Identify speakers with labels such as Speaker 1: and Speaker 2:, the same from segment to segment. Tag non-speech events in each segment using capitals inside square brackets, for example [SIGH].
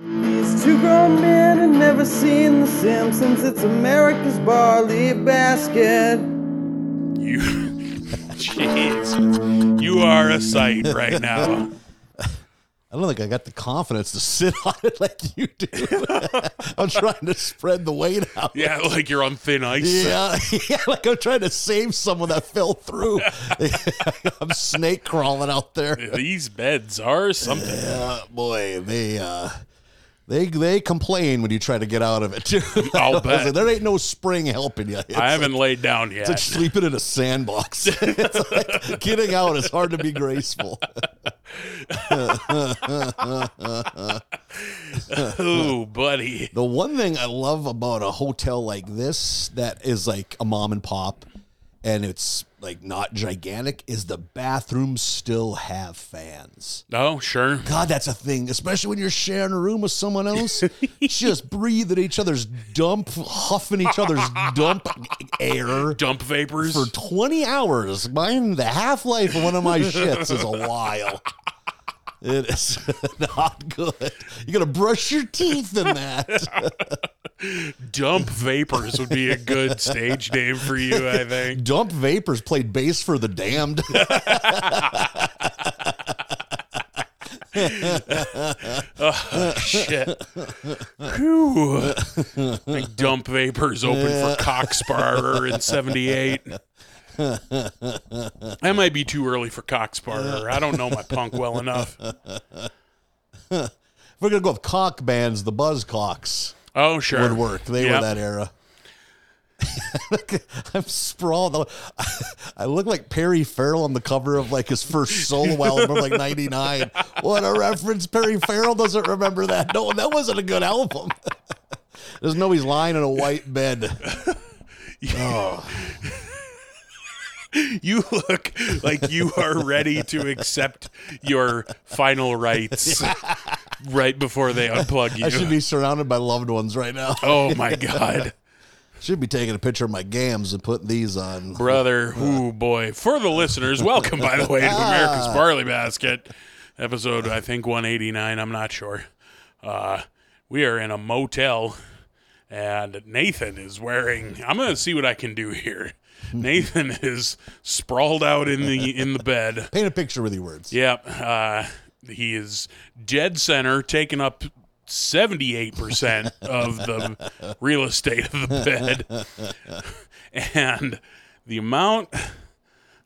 Speaker 1: Two grown men had never seen The Simpsons. It's America's barley basket.
Speaker 2: You, [LAUGHS] jeez, you are a sight right now.
Speaker 3: I don't think I got the confidence to sit [LAUGHS] on it like you do. [LAUGHS] I'm trying to spread the weight out.
Speaker 2: Yeah, like you're on thin ice.
Speaker 3: Yeah, [LAUGHS] yeah, like I'm trying to save someone that fell through. [LAUGHS] I'm snake crawling out there.
Speaker 2: These beds are something.
Speaker 3: Uh, boy, they uh, they they complain when you try to get out of it too.
Speaker 2: [LAUGHS] I'll
Speaker 3: [LAUGHS] I was
Speaker 2: bet.
Speaker 3: like, there ain't no spring helping you. It's
Speaker 2: I haven't laid down yet.
Speaker 3: It's like sleeping in a sandbox. [LAUGHS] it's like getting out is hard to
Speaker 2: [LAUGHS]
Speaker 3: be graceful.
Speaker 2: Ooh, buddy.
Speaker 3: The one thing I love about a hotel like this that is like a mom and pop and it's like not gigantic is the bathrooms still have fans.
Speaker 2: Oh, sure.
Speaker 3: God, that's a thing, especially when you're sharing a room with someone else. Just breathe at each other's dump, huffing each other's dump air
Speaker 2: Dump vapors.
Speaker 3: for 20 hours. Mine, the half life of one of my shits is a while. It is [LAUGHS] not good. You gotta brush your teeth in that.
Speaker 2: Dump vapors would be a good stage name for you, I think.
Speaker 3: Dump Vapors played bass for the Damned.
Speaker 2: Shit. Whew. Big dump vapors open for Cox Barber in 78. That might be too early for Cox Barber. I don't know my punk well enough.
Speaker 3: If [LAUGHS] we're gonna go with cock bands, the Buzzcocks
Speaker 2: Oh, sure.
Speaker 3: would work. They
Speaker 2: Yep.
Speaker 3: were that era. [LAUGHS] I'm sprawled. [LAUGHS] I look like Perry Farrell on the cover of like his first solo album from like '99. What a reference! Perry Farrell doesn't remember that. No, that wasn't a good album. [LAUGHS] There's no he's lying in a white bed.
Speaker 2: You look like you are ready to accept your final
Speaker 3: [LAUGHS]
Speaker 2: rites right before they unplug
Speaker 3: I should
Speaker 2: you.
Speaker 3: be surrounded by loved ones right now. [LAUGHS]
Speaker 2: oh my god,
Speaker 3: Should be taking a picture of my gams and putting these on.
Speaker 2: brother! Ooh boy! For the listeners, welcome by the way to America's
Speaker 3: Ah.
Speaker 2: Barley Basket, episode I think 189. I'm not sure. Uh, we are in a motel, and Nathan is wearing. I'm gonna see what I can do
Speaker 3: [LAUGHS]
Speaker 2: here. Nathan is sprawled out in the in the bed.
Speaker 3: Paint a picture with your words.
Speaker 2: Yep. Uh, he is dead center, taking up 78% of the real estate of the bed. And the amount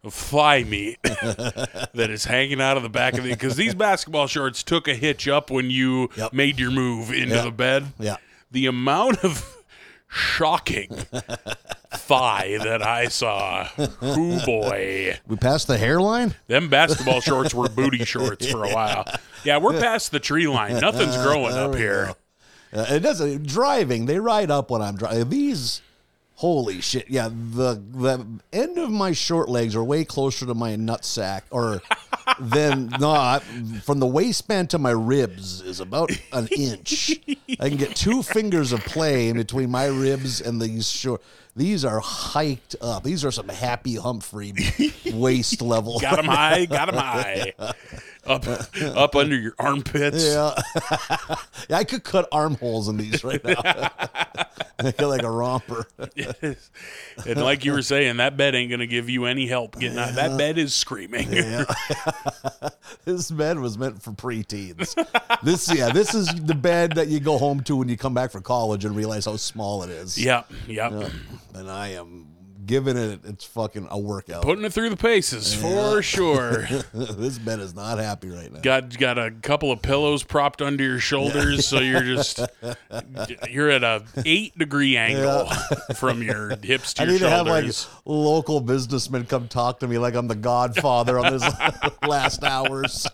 Speaker 2: of fly meat that is hanging out of the back of the because these basketball shorts took a hitch up when you
Speaker 3: Yep.
Speaker 2: made your move into
Speaker 3: Yeah.
Speaker 2: the bed.
Speaker 3: Yeah.
Speaker 2: The amount of shocking thigh that I saw. Hoo boy.
Speaker 3: We passed the hairline.
Speaker 2: Them basketball shorts were booty shorts for a while. Yeah, we're past the tree line. Nothing's growing up here.
Speaker 3: Uh, it doesn't driving. They ride up when I'm driving. These, holy shit! Yeah, the the end of my short legs are way closer to my nutsack or than not. From the waistband to my ribs is about an inch. I can get two fingers of play in between my ribs and these short. These are hiked up. These are some happy Humphrey waist level.
Speaker 2: Got 'em high, got 'em high. Up up under your armpits.
Speaker 3: Yeah. yeah, [LAUGHS] I could cut armholes in these right now. [LAUGHS] Make it like a romper.
Speaker 2: And like you were saying, that bed ain't gonna give you any help getting out. That bed is screaming.
Speaker 3: [LAUGHS] This bed was meant for preteens. This, yeah, this is the bed that you go home to when you come back from college and realize how small it is.
Speaker 2: [LAUGHS] Yep, yep.
Speaker 3: And I am giving it, it's fucking a workout.
Speaker 2: Putting it through the paces for sure.
Speaker 3: [LAUGHS] this bed is not happy right now.
Speaker 2: Got got a couple of pillows propped under your shoulders, so you're just you're at a eight degree angle from your hips to
Speaker 3: I
Speaker 2: your
Speaker 3: need to have like
Speaker 2: shoulders.
Speaker 3: local businessmen come talk to me like I'm the godfather on this [LAUGHS] last hours.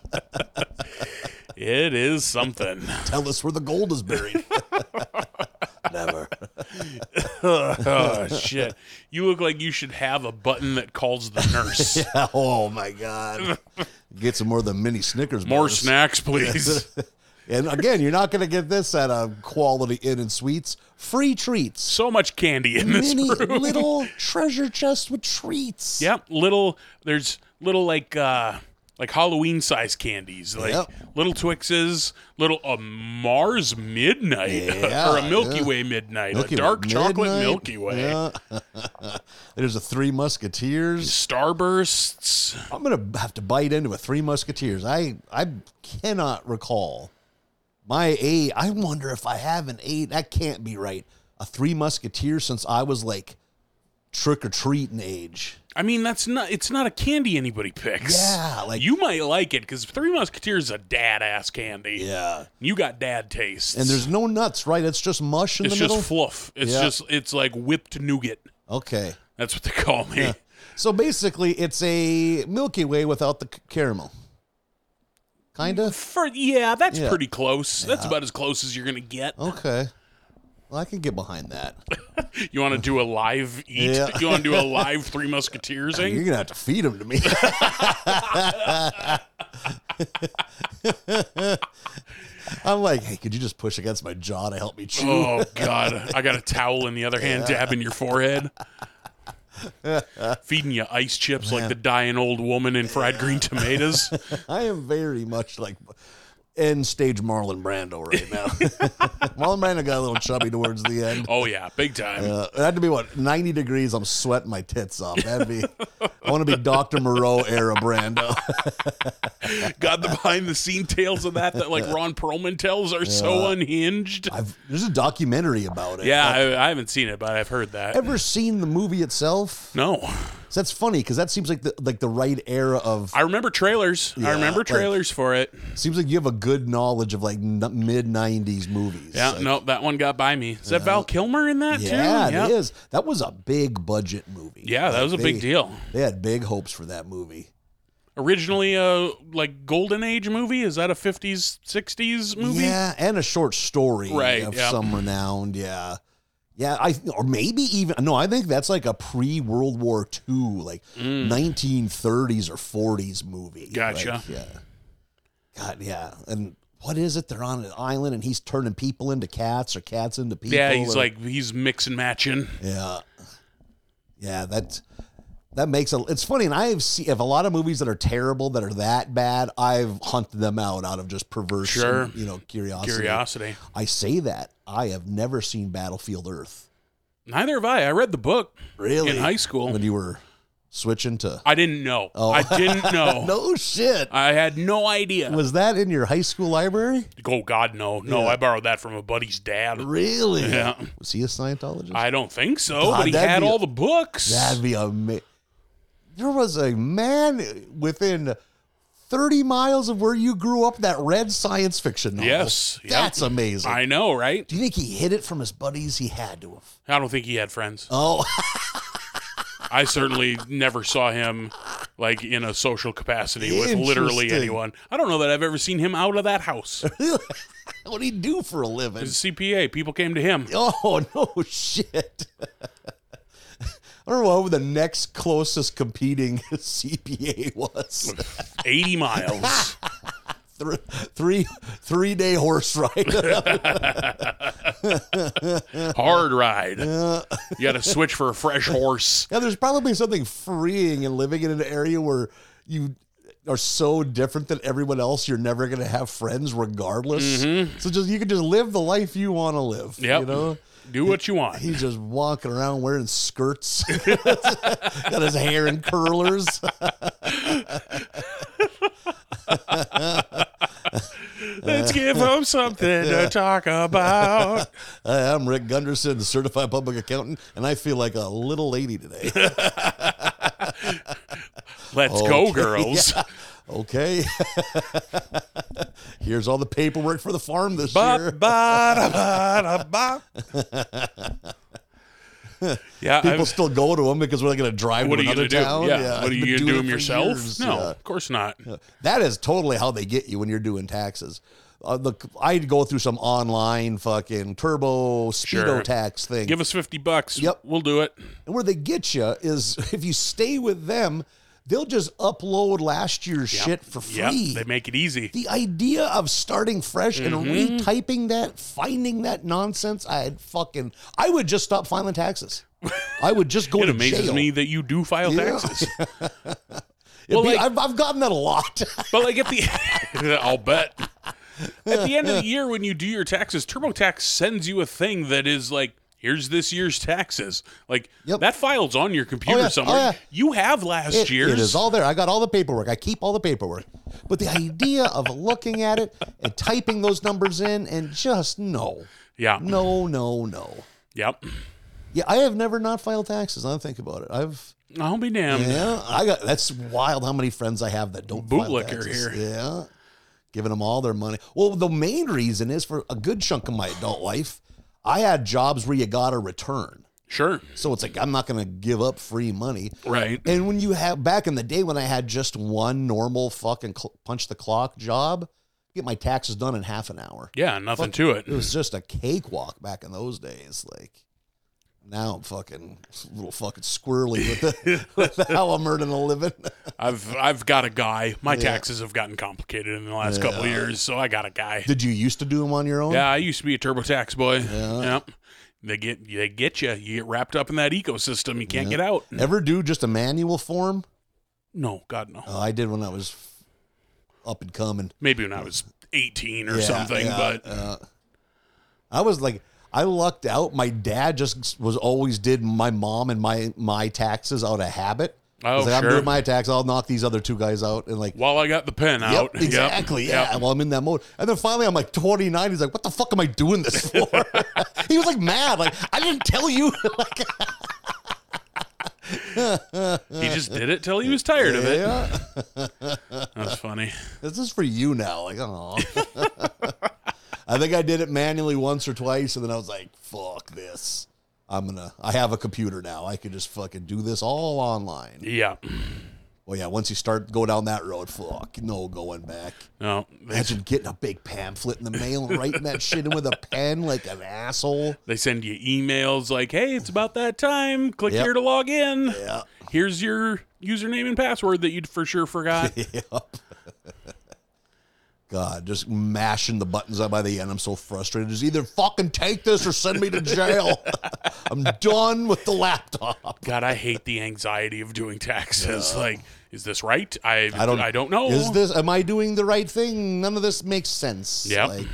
Speaker 2: it is something.
Speaker 3: Tell us where the gold is buried. [LAUGHS] Never.
Speaker 2: oh shit! You look like you should have a button that calls the
Speaker 3: [LAUGHS]
Speaker 2: nurse.
Speaker 3: Oh my god. Get some more of the mini Snickers.
Speaker 2: More
Speaker 3: bars.
Speaker 2: snacks,
Speaker 3: [LAUGHS]
Speaker 2: please.
Speaker 3: And again, you're not going to get this at a quality inn and suites. Free treats.
Speaker 2: So much candy in this
Speaker 3: Mini
Speaker 2: room.
Speaker 3: little treasure chest with treats.
Speaker 2: Yep, little. There's little like uh like Halloween size candies, like
Speaker 3: Yep.
Speaker 2: little Twixes, little a Mars Midnight [LAUGHS]
Speaker 3: Yeah,
Speaker 2: or a Milky
Speaker 3: yeah.
Speaker 2: Way Midnight,
Speaker 3: Milky
Speaker 2: a
Speaker 3: Way
Speaker 2: dark chocolate
Speaker 3: Midnight.
Speaker 2: Milky Way,
Speaker 3: Yeah. [LAUGHS] There's a Three Musketeers.
Speaker 2: Starbursts.
Speaker 3: I'm gonna have to bite into a Three Musketeers. I I cannot recall my eight. I wonder if I haven't ate. That can't be right. A Three Musketeers since I was like trick or treating age.
Speaker 2: I mean, that's not it's not a candy anybody picks.
Speaker 3: Yeah, like-
Speaker 2: you might like it because Three Musketeers is a dad ass candy.
Speaker 3: Yeah.
Speaker 2: you got dad tastes,
Speaker 3: And there's no nuts, right? It's just mush in
Speaker 2: it's
Speaker 3: the
Speaker 2: just
Speaker 3: middle.
Speaker 2: fluff. It's
Speaker 3: Yeah.
Speaker 2: just it's like whipped nougat.
Speaker 3: okay.
Speaker 2: That's what they call me.
Speaker 3: So basically, it's a Milky Way without the c- caramel. Kind of.
Speaker 2: For yeah, that's
Speaker 3: Yeah. Oh.
Speaker 2: pretty close. That's about as close as you're gonna get.
Speaker 3: Okay. Well, I can get behind that.
Speaker 2: You want to do a live eat?
Speaker 3: Yeah.
Speaker 2: You want to do
Speaker 3: [LAUGHS]
Speaker 2: a live Three Musketeers
Speaker 3: You're
Speaker 2: thing?
Speaker 3: gonna have to feed them to me. [LAUGHS] I'm like, hey, could you just push against my jaw to help me chew?
Speaker 2: [LAUGHS] Oh God! I got a towel in the other hand, dabbing your
Speaker 3: [LAUGHS]
Speaker 2: forehead, feeding you ice chips like the dying old woman in fried green
Speaker 3: [LAUGHS]
Speaker 2: tomatoes.
Speaker 3: [LAUGHS] I am very much like end stage Marlon Brando right now. Marlon Brando got a little chubby towards the end.
Speaker 2: Oh yeah, big time.
Speaker 3: Uh, that'd be what 90 degrees. I'm sweating my tits off.
Speaker 2: [LAUGHS]
Speaker 3: That'd be. I want to be Doctor Moreau era Brando.
Speaker 2: God, the behind the scene tales of that that
Speaker 3: [LAUGHS]
Speaker 2: like Ron Perlman tells are so unhinged.
Speaker 3: I've, there's a documentary about it.
Speaker 2: yeah, I, I haven't seen it, but I've heard that.
Speaker 3: Ever seen the movie itself?
Speaker 2: no,
Speaker 3: So that's funny because that seems like the like the right era of.
Speaker 2: I remember trailers. I
Speaker 3: Yeah,
Speaker 2: remember
Speaker 3: like-
Speaker 2: trailers for it.
Speaker 3: Seems like you have a good knowledge of like n- mid '90s movies.
Speaker 2: Yeah,
Speaker 3: Like,
Speaker 2: no, that one got by me. Is that Val Kilmer in that too?
Speaker 3: yeah, it is. That was a big budget movie.
Speaker 2: Yeah, that
Speaker 3: Like,
Speaker 2: was a big
Speaker 3: they-
Speaker 2: deal.
Speaker 3: They had big hopes for that movie.
Speaker 2: Originally a like golden age movie. Is that a fifties, sixties movie?
Speaker 3: Yeah, and a short story
Speaker 2: Right,
Speaker 3: of
Speaker 2: yeah.
Speaker 3: some renowned. Yeah. Yeah, I or maybe even no, I think that's like a pre World War II, like 1930s or 40s movie.
Speaker 2: Mm. Gotcha.
Speaker 3: Like, yeah. God, yeah. And what is it? They're on an island and he's turning people into cats or cats into people.
Speaker 2: Yeah, he's
Speaker 3: or-
Speaker 2: like he's mix and matching.
Speaker 3: Yeah. Yeah, that's that makes a it's funny and I've seen if a lot of movies that are terrible that are that bad, I've hunted them out out of just perverse
Speaker 2: Sure.
Speaker 3: you know, curiosity.
Speaker 2: Curiosity.
Speaker 3: I say that. I have never seen Battlefield Earth.
Speaker 2: Neither have I. I read the book
Speaker 3: Really?
Speaker 2: in high school.
Speaker 3: When you were switching to
Speaker 2: I didn't know. I
Speaker 3: [LAUGHS]
Speaker 2: didn't know.
Speaker 3: Oh. No shit.
Speaker 2: I had no idea.
Speaker 3: Was that in your high school library?
Speaker 2: Oh God, no, no! I borrowed that from a buddy's dad.
Speaker 3: Really?
Speaker 2: Yeah.
Speaker 3: Was he a Scientologist?
Speaker 2: I don't think so,
Speaker 3: God,
Speaker 2: but he
Speaker 3: that'd
Speaker 2: had
Speaker 3: be-
Speaker 2: all the books.
Speaker 3: That'd be amazing. There was a man within 30 miles of where you grew up that read science fiction novel.
Speaker 2: Yes, yep.
Speaker 3: That's amazing.
Speaker 2: I know, right?
Speaker 3: Do you think he hid it from his buddies? He had to have.
Speaker 2: I don't think he had friends.
Speaker 3: Oh, [LAUGHS]
Speaker 2: I certainly never saw him like in a social capacity with literally
Speaker 3: Interesting.
Speaker 2: anyone. I don't know that I've ever seen him out of that house. [LAUGHS]
Speaker 3: what'd he do for a living?
Speaker 2: He's a CPA. People came to
Speaker 3: [LAUGHS]
Speaker 2: him.
Speaker 3: Oh, no shit. [LAUGHS] I don't know who the next closest competing [LAUGHS] CPA was.
Speaker 2: 80 miles.
Speaker 3: Three, three, three day horse ride.
Speaker 2: Hard ride. You got to switch for a fresh horse.
Speaker 3: Yeah, there's probably something freeing in living in an area where you are so different than everyone else. You're never gonna have friends, regardless. So just you can just live the life you want to live.
Speaker 2: Yep.
Speaker 3: You know,
Speaker 2: Do what you want.
Speaker 3: he's just walking around wearing skirts, [LAUGHS] got his hair in curlers.
Speaker 2: Let's give him something to talk about.
Speaker 3: Hi, I'm Rick Gunderson, certified public accountant, and I feel like a little
Speaker 2: [LAUGHS]
Speaker 3: lady today.
Speaker 2: Let's
Speaker 3: Oh, [LAUGHS]
Speaker 2: go, girls.
Speaker 3: okay. [LAUGHS] Here's all the paperwork for the farm this year.
Speaker 2: Ba, ba, da, ba, da, ba.
Speaker 3: [LAUGHS]
Speaker 2: yeah, I
Speaker 3: People
Speaker 2: was-
Speaker 3: still go to them because we're going to drive
Speaker 2: what are
Speaker 3: to
Speaker 2: you
Speaker 3: another
Speaker 2: gonna do?
Speaker 3: town.
Speaker 2: Yeah.
Speaker 3: Yeah,
Speaker 2: what are
Speaker 3: I've
Speaker 2: you
Speaker 3: been
Speaker 2: gonna do
Speaker 3: doing
Speaker 2: them
Speaker 3: it for
Speaker 2: yourself?
Speaker 3: years.
Speaker 2: no,
Speaker 3: Yeah.
Speaker 2: of course not.
Speaker 3: that is totally how they get you when you're doing taxes. Uh, the I'd go through some online fucking turbo speedo
Speaker 2: Sure.
Speaker 3: tax thing,
Speaker 2: Give us fifty bucks.
Speaker 3: Yep.
Speaker 2: we'll do it.
Speaker 3: and where they get you is [LAUGHS] if you stay with them, they'll just upload last year's shit for free.
Speaker 2: Yep, they make it easy.
Speaker 3: the idea of starting fresh
Speaker 2: Mm-hmm.
Speaker 3: and retyping that, finding that nonsense, I'd fucking, I would just stop filing taxes. I would just go
Speaker 2: [LAUGHS] It
Speaker 3: to
Speaker 2: amazes
Speaker 3: jail. [LAUGHS]
Speaker 2: me that you do file
Speaker 3: Yeah.
Speaker 2: taxes. Well,
Speaker 3: be-
Speaker 2: like-
Speaker 3: I've, I've gotten that a lot. [LAUGHS]
Speaker 2: But like at the, [LAUGHS] I'll bet. At the end
Speaker 3: [LAUGHS]
Speaker 2: of the year, when you do your taxes, TurboTax sends you a thing that is like, "Here's this year's taxes." Like
Speaker 3: Yep.
Speaker 2: that file's on your computer
Speaker 3: yeah. Oh,
Speaker 2: somewhere.
Speaker 3: yeah.
Speaker 2: You have last
Speaker 3: It-
Speaker 2: year's.
Speaker 3: it is all there. I got all the paperwork. I keep all the paperwork. But the idea of looking at it and typing those numbers in and just no,
Speaker 2: yeah.
Speaker 3: no, no, no.
Speaker 2: Yep.
Speaker 3: Yeah, I have never not filed taxes. I think about it. I've
Speaker 2: I'll be damned.
Speaker 3: yeah, I got that's wild. How many friends I have that don't file
Speaker 2: Bootlicker
Speaker 3: taxes.
Speaker 2: here.
Speaker 3: Yeah, giving them all their money. Well, the main reason is for a good chunk of my adult life, I had jobs where you got a return.
Speaker 2: Sure.
Speaker 3: So it's like I'm not going to give up free money.
Speaker 2: Right.
Speaker 3: And when you have back in the day when I had just one normal fucking cl- punch the clock job, get my taxes done in half an hour.
Speaker 2: Yeah. Nothing to it.
Speaker 3: It was just a cakewalk back in those days. Like now I'm fucking a little fucking squirrely with, the, [LAUGHS] with how I'm earning a living.
Speaker 2: I've I've got a guy. My taxes have gotten complicated in the last couple of years, so I got a guy.
Speaker 3: Did you used to do them on your own?
Speaker 2: Yeah, I used to be a TurboTax boy. Yep. They get they get you. You get wrapped up in that ecosystem. You can't get out.
Speaker 3: Ever do just a manual form?
Speaker 2: No, God no.
Speaker 3: Uh, I did when I was up and coming.
Speaker 2: Maybe when I was eighteen or
Speaker 3: Yeah,
Speaker 2: something,
Speaker 3: yeah,
Speaker 2: but
Speaker 3: uh, I was like, I lucked out. My dad just was always did my mom and my my taxes out of habit. I
Speaker 2: Oh,
Speaker 3: was like, I'm
Speaker 2: sure.
Speaker 3: doing my tax. I'll knock these other two guys out and like.
Speaker 2: while I got the pen
Speaker 3: Yep,
Speaker 2: out, yep,
Speaker 3: exactly. Yeah.
Speaker 2: yep.
Speaker 3: Well, I'm in that mode, and then finally, I'm like 29. He's like, "What the fuck am I doing this for?" [LAUGHS] he was like mad. Like, I didn't tell you. like,
Speaker 2: he just did it till he was tired of it.
Speaker 3: [LAUGHS] yeah,
Speaker 2: That's funny.
Speaker 3: this is for you now. Like, oh. [LAUGHS] I think I did it manually once or twice, and then I was like, "Fuck this! I'm gonna. I have a computer now. I can just fucking do this all online."
Speaker 2: Yeah.
Speaker 3: Well, yeah. Once you start go down that road, fuck, no going back.
Speaker 2: No, they,
Speaker 3: Imagine getting a big pamphlet in the mail and writing that shit in with a pen like an asshole.
Speaker 2: they send you emails like, "Hey, it's about that time. Click
Speaker 3: Yep.
Speaker 2: here to log in.
Speaker 3: Yeah.
Speaker 2: Here's your username and password that you'd for sure forgot."
Speaker 3: Yep. God, just mashing the buttons up by the end. I'm so frustrated. Just either fucking take this or send me to jail. [LAUGHS] I'm done with the laptop.
Speaker 2: God, I hate the anxiety of doing taxes. Like, is this right? I I
Speaker 3: I
Speaker 2: don't,
Speaker 3: don't.
Speaker 2: know.
Speaker 3: Is this? Am I doing the right thing? None of this makes sense.
Speaker 2: Yep.
Speaker 3: Like,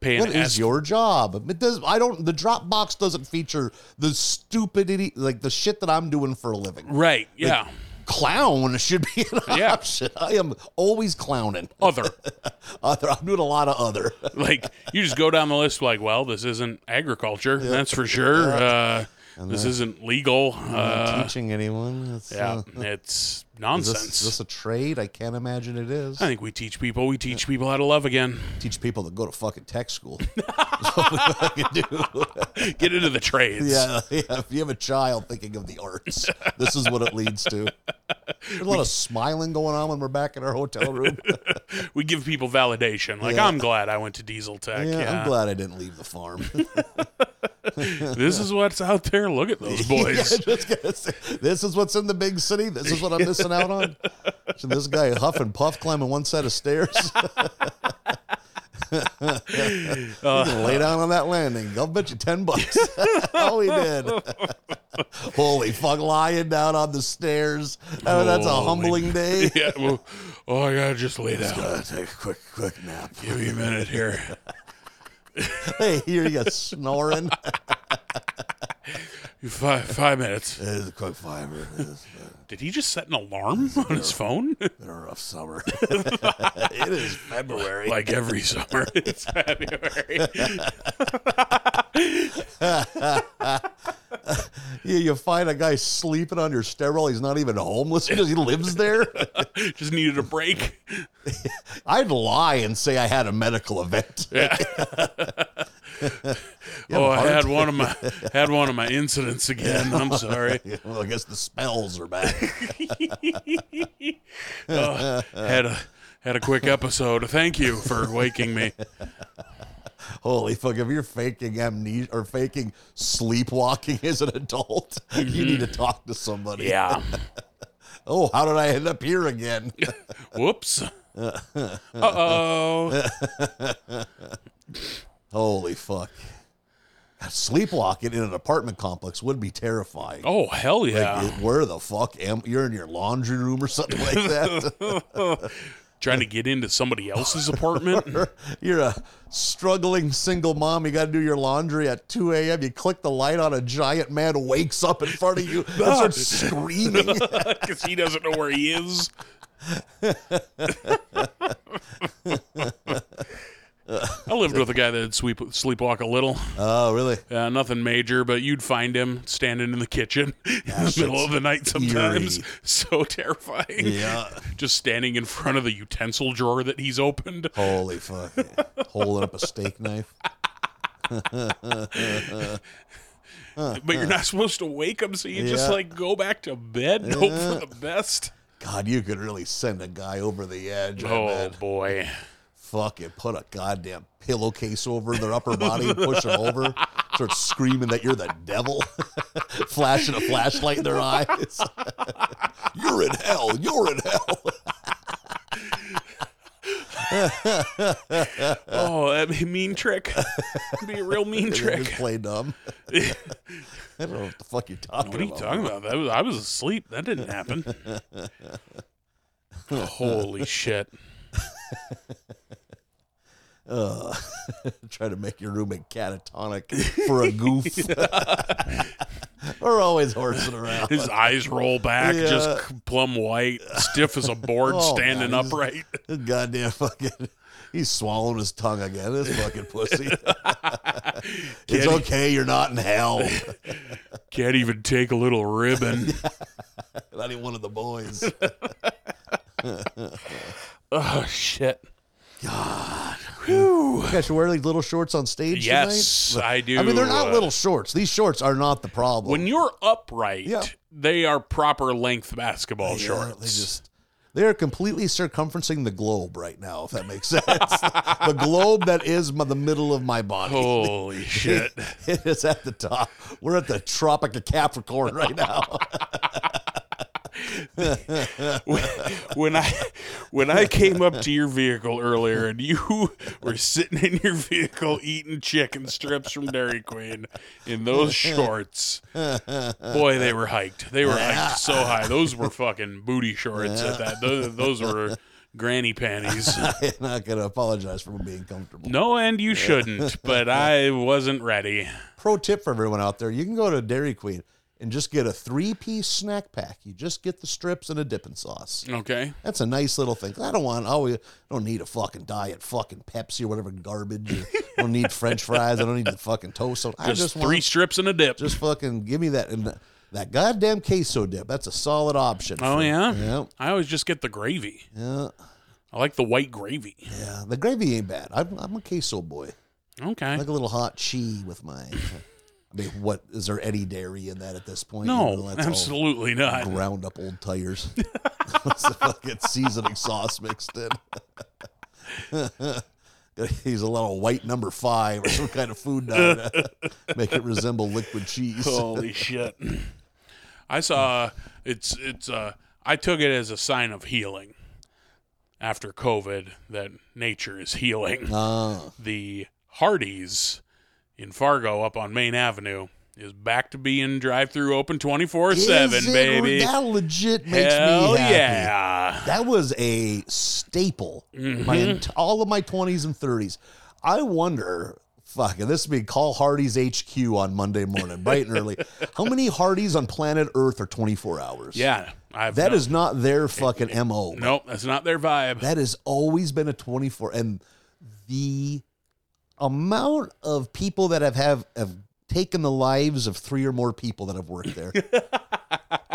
Speaker 2: Pay
Speaker 3: what
Speaker 2: an
Speaker 3: is
Speaker 2: S-
Speaker 3: your job? It does. I don't. The Dropbox doesn't feature the stupidity, like the shit that I'm doing for a living.
Speaker 2: right? Yeah.
Speaker 3: Clown should be an
Speaker 2: [LAUGHS] Yeah.
Speaker 3: option. I am always clowning. [LAUGHS]
Speaker 2: Other.
Speaker 3: Other, I'm doing a lot of other.
Speaker 2: like you just go down the list like well this isn't agriculture that's for sure uh, this isn't legal uh,
Speaker 3: [LAUGHS] teaching anyone. It's,
Speaker 2: yeah
Speaker 3: uh,
Speaker 2: it's
Speaker 3: Is
Speaker 2: nonsense
Speaker 3: this, is this a trade? I can't imagine it is.
Speaker 2: i think we teach people we teach people how to love again [LAUGHS]
Speaker 3: Teach people to go to fucking tech school. That's what we fucking do.
Speaker 2: get into the trades
Speaker 3: Yeah, yeah. [LAUGHS] If you have a child thinking of the arts, this is what it leads to. There's a lot of smiling going on when we're back in our hotel [LAUGHS] room.
Speaker 2: we give people validation like i'm glad i went to diesel tech
Speaker 3: Yeah,
Speaker 2: yeah,
Speaker 3: I'm glad I didn't leave the [LAUGHS] farm.
Speaker 2: this is what's out there look at
Speaker 3: [LAUGHS]
Speaker 2: those
Speaker 3: Yeah,
Speaker 2: boys
Speaker 3: just gonna say, this is what's in the big city. This is what I'm missing out on. So this guy huff and puff climbing one set of stairs. [LAUGHS] You
Speaker 2: Uh,
Speaker 3: can lay down on that landing. I'll bet you ten bucks. [LAUGHS] oh, he did. [LAUGHS] Holy fuck, lying down on the stairs. Oh, that's a
Speaker 2: Holy-
Speaker 3: humbling [LAUGHS] day.
Speaker 2: yeah well, oh i gotta just lay down
Speaker 3: Gotta take a quick, quick nap.
Speaker 2: give me a minute here
Speaker 3: Hey, here [LAUGHS] you snoring.
Speaker 2: five five minutes
Speaker 3: It's a quick fiber. It's
Speaker 2: did he just set an alarm on his phone
Speaker 3: been a rough summer. it is February.
Speaker 2: [LAUGHS] like every summer [LAUGHS] it's february
Speaker 3: Yeah, [LAUGHS] you find a guy sleeping on your stairwell. He's not even homeless because he
Speaker 2: [LAUGHS]
Speaker 3: lives there.
Speaker 2: just needed a break
Speaker 3: I'd lie and say I had a medical
Speaker 2: [LAUGHS]
Speaker 3: event. [LAUGHS]
Speaker 2: oh i
Speaker 3: heart?
Speaker 2: had one of my had one of my incidents again i'm [LAUGHS] sorry
Speaker 3: [LAUGHS] well, I guess the spells are back. [LAUGHS]
Speaker 2: Oh, had a had a quick episode thank you for waking me
Speaker 3: Holy fuck! If you're faking amnesia or faking sleepwalking as an adult, [LAUGHS] you need to talk to somebody.
Speaker 2: Mm-hmm. yeah
Speaker 3: Oh, how did I end up here again?
Speaker 2: [LAUGHS] [LAUGHS] whoops uh-oh
Speaker 3: Holy fuck! sleepwalking in an apartment complex would be terrifying.
Speaker 2: Oh hell yeah!
Speaker 3: It- Where the fuck am you're in your laundry room or something
Speaker 2: [LAUGHS]
Speaker 3: like that?
Speaker 2: Trying to get into somebody else's apartment. [LAUGHS]
Speaker 3: you're a struggling single mom. You got to do your laundry at 2 a.m. You click the light on a giant man wakes up in front of you
Speaker 2: [LAUGHS]
Speaker 3: and starts screaming.
Speaker 2: because he doesn't know where he is. I lived with a guy that would sweep, sleepwalk a little.
Speaker 3: Oh, really?
Speaker 2: Uh, nothing major, but you'd find him standing in the kitchen [LAUGHS] in the middle of the night sometimes.
Speaker 3: eerie.
Speaker 2: [LAUGHS] So terrifying.
Speaker 3: Yeah.
Speaker 2: Just standing in front of the utensil drawer that he's opened.
Speaker 3: Holy fuck! Holding up a steak knife.
Speaker 2: But you're not supposed to wake him, so you just
Speaker 3: Yeah.
Speaker 2: like go back to bed and hope for the best.
Speaker 3: God, you could really send a guy over the edge. I
Speaker 2: Oh,
Speaker 3: bet.
Speaker 2: boy.
Speaker 3: Fuck it. Put a goddamn pillowcase over their upper body and push them over. Start screaming that you're the devil, [LAUGHS] flashing a flashlight in their eyes. [LAUGHS] you're in hell. You're in hell. [LAUGHS]
Speaker 2: Oh, that'd be a mean trick. That'd be a real
Speaker 3: [LAUGHS]
Speaker 2: mean
Speaker 3: They
Speaker 2: trick.
Speaker 3: Just play dumb. [LAUGHS] I don't know what the fuck you're talking
Speaker 2: What are you
Speaker 3: about.
Speaker 2: talking about? That was, I was asleep. That didn't happen.
Speaker 3: [LAUGHS]
Speaker 2: Holy shit.
Speaker 3: [LAUGHS] Try to make your roommate catatonic for a goof.
Speaker 2: [LAUGHS]
Speaker 3: [LAUGHS] We're always horsing around.
Speaker 2: His eyes roll back,
Speaker 3: Yeah.
Speaker 2: just plum white, stiff as a board,
Speaker 3: [LAUGHS] Oh,
Speaker 2: standing
Speaker 3: God, he's-
Speaker 2: upright.
Speaker 3: This goddamn fucking. He's swallowing his tongue again. This fucking
Speaker 2: [LAUGHS]
Speaker 3: pussy. it's
Speaker 2: he-
Speaker 3: okay. You're not in hell. [LAUGHS]
Speaker 2: Can't even take a little ribbon.
Speaker 3: Not even one of the boys.
Speaker 2: oh, shit.
Speaker 3: Gosh, you wear these little shorts on stage.
Speaker 2: Yes,
Speaker 3: tonight?
Speaker 2: I do.
Speaker 3: I mean, they're not
Speaker 2: Uh,
Speaker 3: little shorts. These shorts are not the problem.
Speaker 2: When you're upright,
Speaker 3: Yeah.
Speaker 2: they are proper length basketball
Speaker 3: Yeah,
Speaker 2: shorts.
Speaker 3: They just they are completely circumferencing the globe right now. If that makes [LAUGHS] sense, the globe that is my, the middle of my body.
Speaker 2: Holy shit.
Speaker 3: [LAUGHS] It is at the top. We're at the Tropic of Capricorn right now. [LAUGHS]
Speaker 2: [LAUGHS] when I when I came up to your vehicle earlier and you [LAUGHS] were sitting in your vehicle eating chicken strips from Dairy Queen in those shorts, boy, they were hiked. They were hiked so high. Those were fucking booty shorts. At that, those, those were granny panties.
Speaker 3: I'm not gonna apologize for being comfortable.
Speaker 2: No, and you shouldn't. But I wasn't ready.
Speaker 3: Pro tip for everyone out there: you can go to Dairy Queen and just get a three-piece snack pack. You just get the strips and a dipping sauce.
Speaker 2: Okay.
Speaker 3: That's a nice little thing. I don't want. Oh, I don't need a fucking diet, fucking Pepsi or whatever garbage. I don't need French fries. I don't need the fucking toast. I
Speaker 2: Just,
Speaker 3: just
Speaker 2: three
Speaker 3: want
Speaker 2: strips and a dip.
Speaker 3: just fucking give me that and that goddamn queso dip. That's a solid option.
Speaker 2: oh
Speaker 3: for-
Speaker 2: yeah?
Speaker 3: yeah,
Speaker 2: I always just get the gravy.
Speaker 3: yeah,
Speaker 2: I like the white gravy.
Speaker 3: yeah. The gravy ain't bad. I'm, I'm a queso boy. I
Speaker 2: Okay.
Speaker 3: like a little hot cheese with my. I mean, what is there any dairy in that at this point? You know,
Speaker 2: No,
Speaker 3: that's all
Speaker 2: absolutely not.
Speaker 3: ground up
Speaker 2: [LAUGHS]
Speaker 3: old tires. [LAUGHS] That's the fucking seasoning sauce mixed in. [LAUGHS] He's a little white number five or some kind of food
Speaker 2: [LAUGHS]
Speaker 3: dye to make it resemble liquid cheese.
Speaker 2: Holy shit! I saw it's it's uh I took it as a sign of healing after COVID that nature is healing.
Speaker 3: Ah,
Speaker 2: The Hardee's in Fargo up on Main Avenue is back to being drive-through open 24/7,
Speaker 3: is it-
Speaker 2: baby.
Speaker 3: That legit makes
Speaker 2: Hell
Speaker 3: me happy.
Speaker 2: yeah.
Speaker 3: That was a staple. My
Speaker 2: Mm-hmm.
Speaker 3: ent- all of my twenties and thirties. I wonder. Fucking this would be call Hardy's HQ on Monday morning, bright
Speaker 2: [LAUGHS]
Speaker 3: and early. How many Hardee's on planet Earth are 24 hours?
Speaker 2: Yeah. I've
Speaker 3: That
Speaker 2: no,
Speaker 3: is not their fucking MO.
Speaker 2: Nope, that's not their vibe.
Speaker 3: That has always been a 24 and the amount of people that have have, have taken the lives of three or more people that have
Speaker 2: [LAUGHS]
Speaker 3: worked there.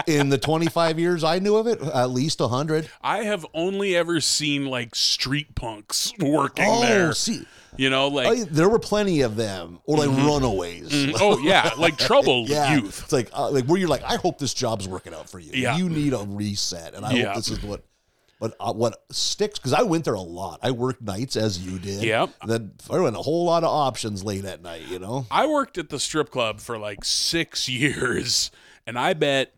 Speaker 3: In the 25 years I knew of it, at least 100.
Speaker 2: I have only ever seen like street punks working
Speaker 3: Oh,
Speaker 2: there.
Speaker 3: see.
Speaker 2: You know, like [LAUGHS]
Speaker 3: I- there were plenty of them or like runaways.
Speaker 2: Mm-hmm.
Speaker 3: [LAUGHS]
Speaker 2: oh yeah, like troubled
Speaker 3: Yeah.
Speaker 2: youth.
Speaker 3: It's like uh, like where you're like I hope this job's working out for you.
Speaker 2: Yeah.
Speaker 3: You need a reset and I
Speaker 2: Yeah.
Speaker 3: hope this is what but uh, what sticks cuz I went there a lot. I worked nights as you did.
Speaker 2: Yep.
Speaker 3: Then I went a whole lot of options late at night, you know.
Speaker 2: I [LAUGHS] worked at the strip club for like six years, and I bet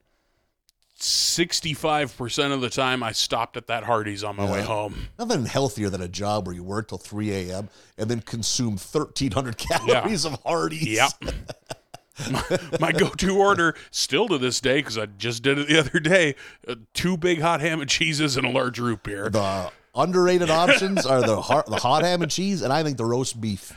Speaker 2: 65 percent of the time I stopped at that Hardee's on my way
Speaker 3: [LAUGHS]
Speaker 2: home.
Speaker 3: Nothing healthier than a job where you work till 3 a.m. and then consume 1,300 [LAUGHS] calories of Hardee's.
Speaker 2: Yep. my, my go-to order still to this day because I just did it the other day: uh, two big hot ham and cheeses and a large root beer.
Speaker 3: The underrated options are the har- the hot ham and cheese, and I think the roast beef.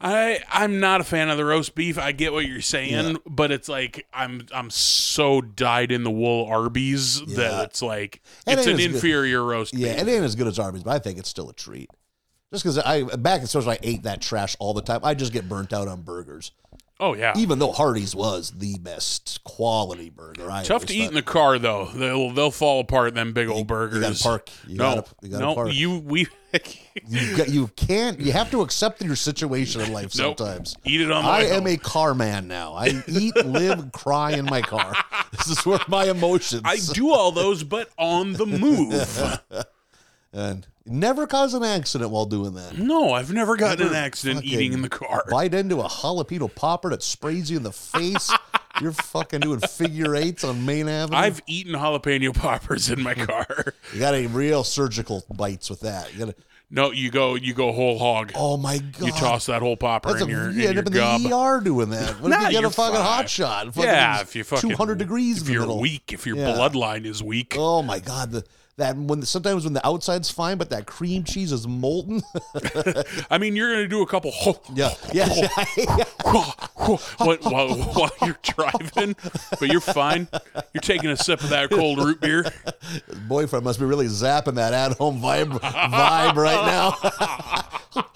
Speaker 2: I I'm not a fan of the roast beef. I get what you're saying, but it's like I'm I'm so dyed in the wool Arby's
Speaker 3: Yeah.
Speaker 2: that it's like
Speaker 3: And
Speaker 2: it's
Speaker 3: it
Speaker 2: an
Speaker 3: is good.
Speaker 2: inferior roast
Speaker 3: Yeah,
Speaker 2: beef.
Speaker 3: it ain't as good as Arby's, but I think it's still a treat. Just because I back especially I ate that trash all the time. I just get burnt out on burgers,
Speaker 2: Oh yeah.
Speaker 3: even though Hardee's was the best quality burger. I
Speaker 2: Tough
Speaker 3: always
Speaker 2: to eat
Speaker 3: thought.
Speaker 2: in the car though. They'll they'll fall apart them big old burgers.
Speaker 3: gotta park. You
Speaker 2: no,
Speaker 3: gotta- you gotta
Speaker 2: no,
Speaker 3: park.
Speaker 2: you we [LAUGHS]
Speaker 3: You, got- you can't. You have to accept your situation in life
Speaker 2: [LAUGHS] Nope.
Speaker 3: sometimes.
Speaker 2: eat it on. The
Speaker 3: I
Speaker 2: way
Speaker 3: am
Speaker 2: home.
Speaker 3: a car man now. I eat, live, [LAUGHS] cry in
Speaker 2: [LAUGHS]
Speaker 3: my car. This is where my emotions.
Speaker 2: I do all those, but on the move.
Speaker 3: [LAUGHS] and never cause an accident while doing that.
Speaker 2: No, I've never gotten
Speaker 3: Never
Speaker 2: an accident
Speaker 3: fucking
Speaker 2: eating in the car.
Speaker 3: Bite into a jalapeno popper that sprays you in
Speaker 2: [LAUGHS]
Speaker 3: the face. You're fucking doing figure eights on Main Avenue.
Speaker 2: I've eaten jalapeno poppers in my car. [LAUGHS]
Speaker 3: you got any real surgical bites with that. You got to,
Speaker 2: No, you go you go whole hog.
Speaker 3: oh my god.
Speaker 2: you toss that whole popper
Speaker 3: That's a,
Speaker 2: in your
Speaker 3: you
Speaker 2: in
Speaker 3: end
Speaker 2: your
Speaker 3: up in
Speaker 2: gob.
Speaker 3: the ER doing that. What
Speaker 2: Nah,
Speaker 3: if you get
Speaker 2: you're
Speaker 3: a fucking
Speaker 2: fine.
Speaker 3: hot shot? Fucking
Speaker 2: yeah, if you fucking
Speaker 3: 200 degrees
Speaker 2: if
Speaker 3: in the
Speaker 2: you're
Speaker 3: middle.
Speaker 2: weak, if your
Speaker 3: Yeah.
Speaker 2: bloodline is weak.
Speaker 3: Oh my god, the, that when sometimes when the outside's fine, but that cream cheese is molten.
Speaker 2: I mean, you're gonna do a couple.
Speaker 3: yeah, [LAUGHS] yeah.
Speaker 2: while, while, while you're driving, but you're fine. You're taking a sip of that cold root beer.
Speaker 3: Boyfriend must be really zapping that at-home vibe vibe right now.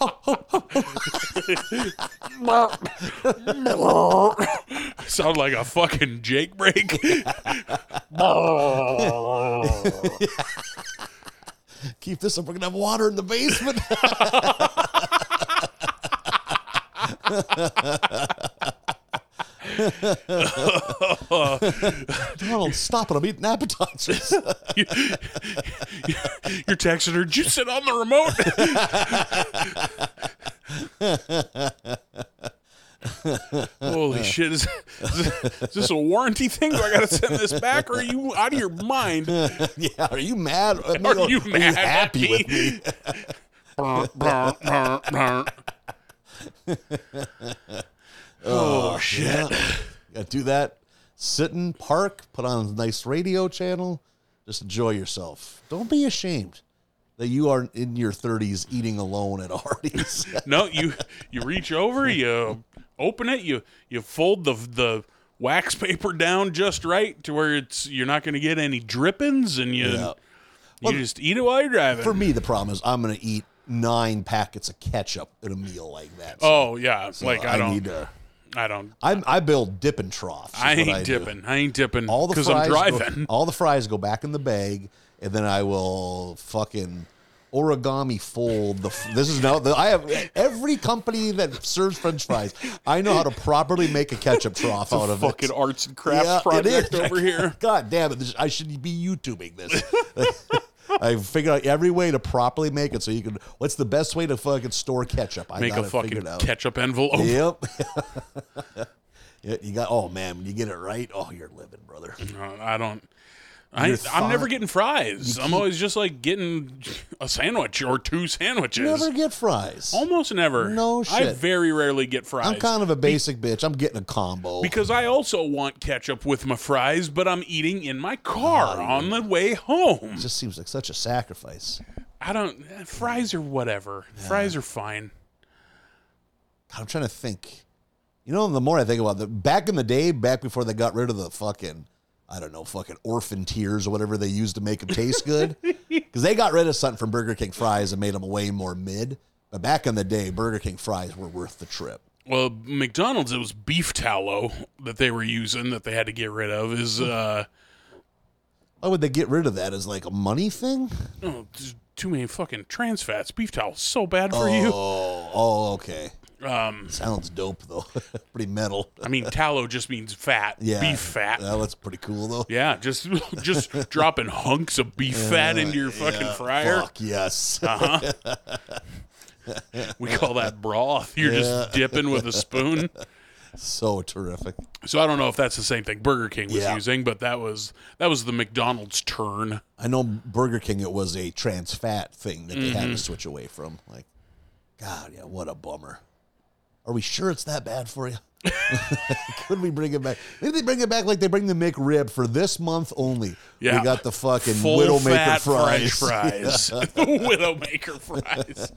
Speaker 2: Sound like a fucking Jake [LAUGHS] break.
Speaker 3: Keep this up. We're gonna have water in
Speaker 2: [LAUGHS]
Speaker 3: the basement. Donald, stop it! I'm eating appetizers. [LAUGHS]
Speaker 2: You- You're texting her. Did you sit on the remote? [LAUGHS] Holy shit! Is, is this a warranty thing? Do I gotta send this back, or are you out of your mind?
Speaker 3: yeah, are you mad? at me
Speaker 2: Are
Speaker 3: or
Speaker 2: you mad at
Speaker 3: happy
Speaker 2: me?
Speaker 3: with me?
Speaker 2: oh shit!
Speaker 3: Yeah, do that. Sit in park, put on a nice radio channel, just enjoy yourself. Don't be ashamed that you are in your 30s eating alone at a [LAUGHS] Hardee's.
Speaker 2: No, you you reach over, you open it, you you fold the the wax paper down just right to where it's you're not gonna get any drippings, and you
Speaker 3: Yeah.
Speaker 2: you just eat it while you're driving.
Speaker 3: For me, the problem is I'm going to eat nine packets of ketchup at a meal like that.
Speaker 2: Oh yeah, like I, don't,
Speaker 3: need to.
Speaker 2: I don't,
Speaker 3: I'm, I build dipping troughs. is
Speaker 2: I
Speaker 3: what
Speaker 2: ain't
Speaker 3: do.
Speaker 2: dipping, I ain't dipping,
Speaker 3: All the
Speaker 2: because
Speaker 3: fries
Speaker 2: I'm driving.
Speaker 3: Go, [LAUGHS] all the fries go back in the bag, and then I will fucking origami fold the. f- This is now the, I have every company that serves French fries. I know how to properly make a ketchup trough
Speaker 2: [LAUGHS]
Speaker 3: out of
Speaker 2: Fucking
Speaker 3: it.
Speaker 2: arts and crafts
Speaker 3: Yeah, it
Speaker 2: project [LAUGHS]
Speaker 3: is.
Speaker 2: over here.
Speaker 3: God damn it! This, I should be YouTubing this. [LAUGHS] I figured out every way to properly make it so you can. What's the best way to fucking store ketchup? [LAUGHS] I
Speaker 2: Make
Speaker 3: got
Speaker 2: a
Speaker 3: it
Speaker 2: fucking
Speaker 3: figured out.
Speaker 2: ketchup envelope.
Speaker 3: Yep. [LAUGHS] Yeah, you got. Oh man, when you get it right, oh you're living, brother.
Speaker 2: [LAUGHS] No, I don't. I,
Speaker 3: You're
Speaker 2: I'm never
Speaker 3: fine.
Speaker 2: getting fries. I'm always just like getting a sandwich or two sandwiches.
Speaker 3: Never get fries.
Speaker 2: Almost never.
Speaker 3: No
Speaker 2: I
Speaker 3: shit.
Speaker 2: very rarely get fries.
Speaker 3: I'm kind of a basic bitch. I'm getting a combo.
Speaker 2: because I also want ketchup with my fries, but I'm eating in my car
Speaker 3: Oh,
Speaker 2: on the way home.
Speaker 3: It just seems like such a sacrifice.
Speaker 2: I don't eh, fries are whatever. Fries are fine.
Speaker 3: I'm trying to think. You know, the more I think about the back in the day, back before they got rid of the fucking, I don't know, fucking orphan tears or whatever they used to make them
Speaker 2: [LAUGHS]
Speaker 3: taste good, because they got rid of something from Burger King fries and made them way more mid. But back in the day, Burger King fries were worth the trip.
Speaker 2: Well, McDonald's it was beef tallow that they were using that they had to get rid of
Speaker 3: [LAUGHS]
Speaker 2: is uh
Speaker 3: Why would they get rid of that? As like a money thing?
Speaker 2: oh, t- too many fucking trans fats. Beef towel's so bad for
Speaker 3: Oh, oh, okay.
Speaker 2: you. Um
Speaker 3: Sounds dope though. [LAUGHS] pretty metal.
Speaker 2: I mean tallow just means fat.
Speaker 3: Yeah,
Speaker 2: Beef fat.
Speaker 3: That looks pretty cool though.
Speaker 2: yeah, just [LAUGHS]
Speaker 3: [LAUGHS]
Speaker 2: just dropping hunks of beef fat into your fucking fryer. Ah.
Speaker 3: Fuck yes. [LAUGHS]
Speaker 2: We call that broth. You're just dipping with a spoon.
Speaker 3: [LAUGHS] so terrific.
Speaker 2: So I don't know if that's the same thing Burger King was
Speaker 3: Yeah.
Speaker 2: using, but that was that was the McDonald's turn.
Speaker 3: I know Burger King, it was a trans fat thing that they had
Speaker 2: Mm-hmm.
Speaker 3: to switch away from. Like, God, yeah, what a bummer. Are we sure it's that bad for you? [LAUGHS] Could we bring it back? Maybe they bring it back like they bring the McRib for this month only.
Speaker 2: Yeah.
Speaker 3: We got the fucking
Speaker 2: Full
Speaker 3: Widowmaker
Speaker 2: fat
Speaker 3: fries. [LAUGHS]
Speaker 2: French fries, [LAUGHS] Widowmaker fries.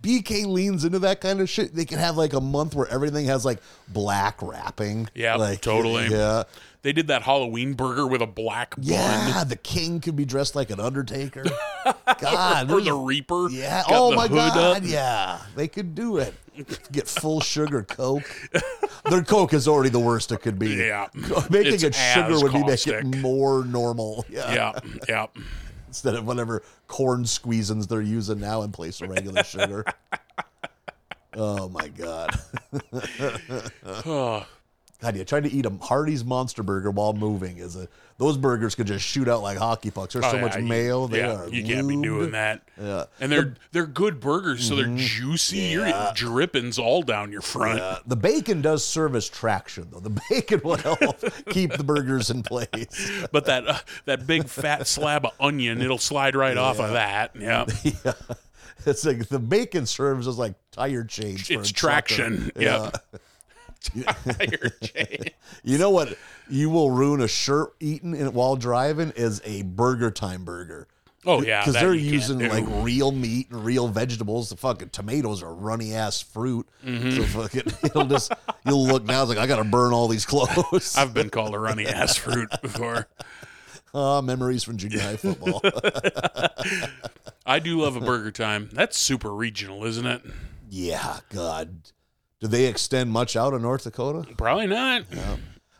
Speaker 3: BK leans into that kind of shit. They can have like a month where everything has like black wrapping.
Speaker 2: Yeah,
Speaker 3: like,
Speaker 2: totally.
Speaker 3: Yeah.
Speaker 2: They did that Halloween burger with a black bun
Speaker 3: Yeah, the king could be dressed like an
Speaker 2: [LAUGHS]
Speaker 3: undertaker. God,
Speaker 2: or
Speaker 3: there's-
Speaker 2: the Reaper.
Speaker 3: yeah.
Speaker 2: Got
Speaker 3: Oh
Speaker 2: the
Speaker 3: my
Speaker 2: hood
Speaker 3: God,
Speaker 2: up.
Speaker 3: yeah, they could do it. Get full sugar Coke. Their Coke is already the worst it could be.
Speaker 2: Yeah.
Speaker 3: [LAUGHS] Making
Speaker 2: It's
Speaker 3: it sugar
Speaker 2: as
Speaker 3: would be make it
Speaker 2: caustic.
Speaker 3: more normal. Yeah.
Speaker 2: Yeah, yeah.
Speaker 3: Instead of whatever corn squeezins they're using now in place of regular sugar. Oh my God.
Speaker 2: [SIGHS]
Speaker 3: [SIGHS]
Speaker 2: Oh,
Speaker 3: God, yeah, trying to eat a Hardee's Monster Burger while moving is a those burgers could just shoot out like hockey pucks. There's [LAUGHS] so
Speaker 2: Oh, yeah,
Speaker 3: much
Speaker 2: you-
Speaker 3: mayo. They
Speaker 2: yeah,
Speaker 3: are
Speaker 2: you can't be
Speaker 3: lubed.
Speaker 2: doing that.
Speaker 3: Yeah. Mm-hmm.
Speaker 2: And they're they're good burgers, so they're juicy. You're getting drippings all down your front.
Speaker 3: Uh, the bacon does serve as traction, though. The [LAUGHS] bacon will help keep the burgers in place.
Speaker 2: But that uh, that big fat slab of onion, it'll slide right off of that. Yeah,
Speaker 3: [LAUGHS] Yeah. It's like the bacon serves as like tire change. for
Speaker 2: it's
Speaker 3: a trucker.
Speaker 2: traction. Yeah. [LAUGHS] Tire
Speaker 3: [LAUGHS]
Speaker 2: change.
Speaker 3: You know what? You will ruin a shirt eating in, while driving is a burger time burger.
Speaker 2: Oh yeah,
Speaker 3: because
Speaker 2: that
Speaker 3: they're
Speaker 2: you can't
Speaker 3: using
Speaker 2: do.
Speaker 3: like real meat and real vegetables. The fucking tomatoes are runny ass fruit.
Speaker 2: Mm-hmm.
Speaker 3: So fucking [LAUGHS] it'll just you'll look now. It's like I gotta burn all these clothes.
Speaker 2: I've been called a runny ass fruit before.
Speaker 3: [LAUGHS] Ah, memories from junior high football.
Speaker 2: I do love a burger time. That's super regional, isn't it?
Speaker 3: yeah, God. Do they extend much out of North Dakota?
Speaker 2: Probably not.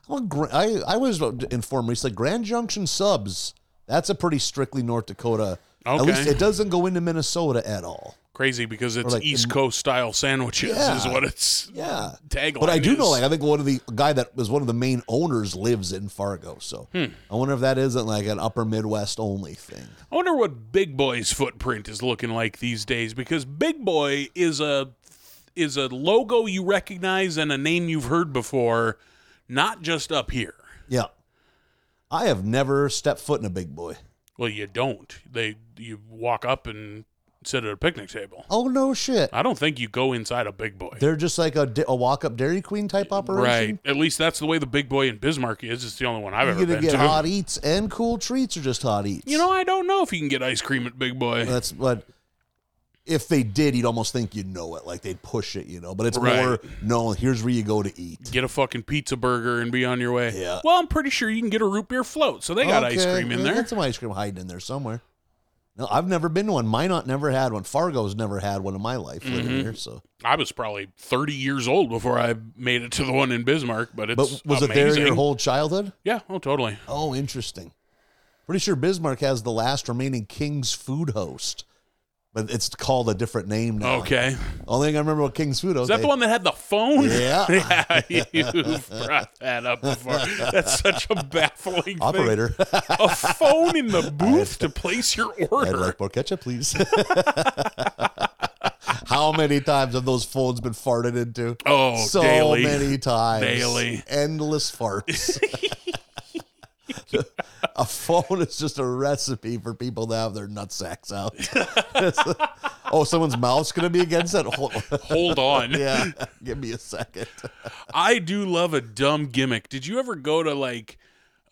Speaker 3: Well, Gra- I I was informed recently. Grand Junction subs. That's a pretty strictly North Dakota. At
Speaker 2: Okay.
Speaker 3: least it doesn't go into Minnesota at all.
Speaker 2: Crazy because it's
Speaker 3: like
Speaker 2: East Coast style sandwiches is
Speaker 3: Yeah.
Speaker 2: what it's
Speaker 3: Yeah.
Speaker 2: tagline.
Speaker 3: But I do know,
Speaker 2: is.
Speaker 3: like, I think one of the a guy that was one of the main owners lives in Fargo. So
Speaker 2: Hmm.
Speaker 3: I wonder if that isn't like an upper Midwest only thing.
Speaker 2: I wonder what Big Boy's footprint is looking like these days because Big Boy is a is a logo you recognize and a name you've heard before, not just up here.
Speaker 3: Yeah. I have never stepped foot in a big boy.
Speaker 2: Well, you don't. They you walk up and sit at a picnic table.
Speaker 3: Oh, no shit.
Speaker 2: I don't think you go inside a Big Boy.
Speaker 3: They're just like a, di- a walk up Dairy Queen type
Speaker 2: Right.
Speaker 3: operation.
Speaker 2: At least that's the way the Big Boy in Bismarck is. It's the only one I've
Speaker 3: You're
Speaker 2: ever
Speaker 3: going to
Speaker 2: been
Speaker 3: get
Speaker 2: to. [LAUGHS]
Speaker 3: hot eats and cool treats or just hot eats?
Speaker 2: You know, I don't know if you can get ice cream at Big Boy.
Speaker 3: that's what. If they did, you'd almost think you'd know it. Like they'd push it, you know. But it's
Speaker 2: Right.
Speaker 3: more, no, here's where you go to eat.
Speaker 2: get a fucking pizza burger and be on your way.
Speaker 3: Yeah.
Speaker 2: Well, I'm pretty sure you can get a root beer float, so they got ice
Speaker 3: Okay,
Speaker 2: cream in
Speaker 3: yeah,
Speaker 2: there.
Speaker 3: That's some ice cream hiding in there somewhere. No, I've never been to one. Minot never had one. Fargo's never had one in my life living
Speaker 2: Mm-hmm.
Speaker 3: here. So,
Speaker 2: I was probably 30 years old before I made it to the one in Bismarck, but it's
Speaker 3: but was
Speaker 2: amazing.
Speaker 3: it there your whole childhood?
Speaker 2: Yeah, oh totally.
Speaker 3: Oh, interesting. Pretty sure Bismarck has the last remaining King's Food Host, but it's called a different name now.
Speaker 2: Okay.
Speaker 3: Only thing I remember about King's Food Host.
Speaker 2: Is that
Speaker 3: they-
Speaker 2: the one that had the phone?
Speaker 3: Yeah.
Speaker 2: [LAUGHS] yeah, you've brought that up before. That's such a baffling thing.
Speaker 3: Operator,
Speaker 2: A phone in
Speaker 3: [LAUGHS]
Speaker 2: the booth to place your
Speaker 3: I'd
Speaker 2: order.
Speaker 3: like more ketchup, please. [LAUGHS] How many times have those phones been farted into?
Speaker 2: Oh,
Speaker 3: so
Speaker 2: daily.
Speaker 3: many times.
Speaker 2: Daily.
Speaker 3: Endless
Speaker 2: [LAUGHS]
Speaker 3: farts. a phone is just a recipe for people to have their nutsacks
Speaker 2: [LAUGHS]
Speaker 3: out. oh, someone's mouth's going to be against that? Hold-
Speaker 2: [LAUGHS] Hold on.
Speaker 3: [LAUGHS] yeah, give me a second.
Speaker 2: I do love a dumb gimmick. Did you ever go to like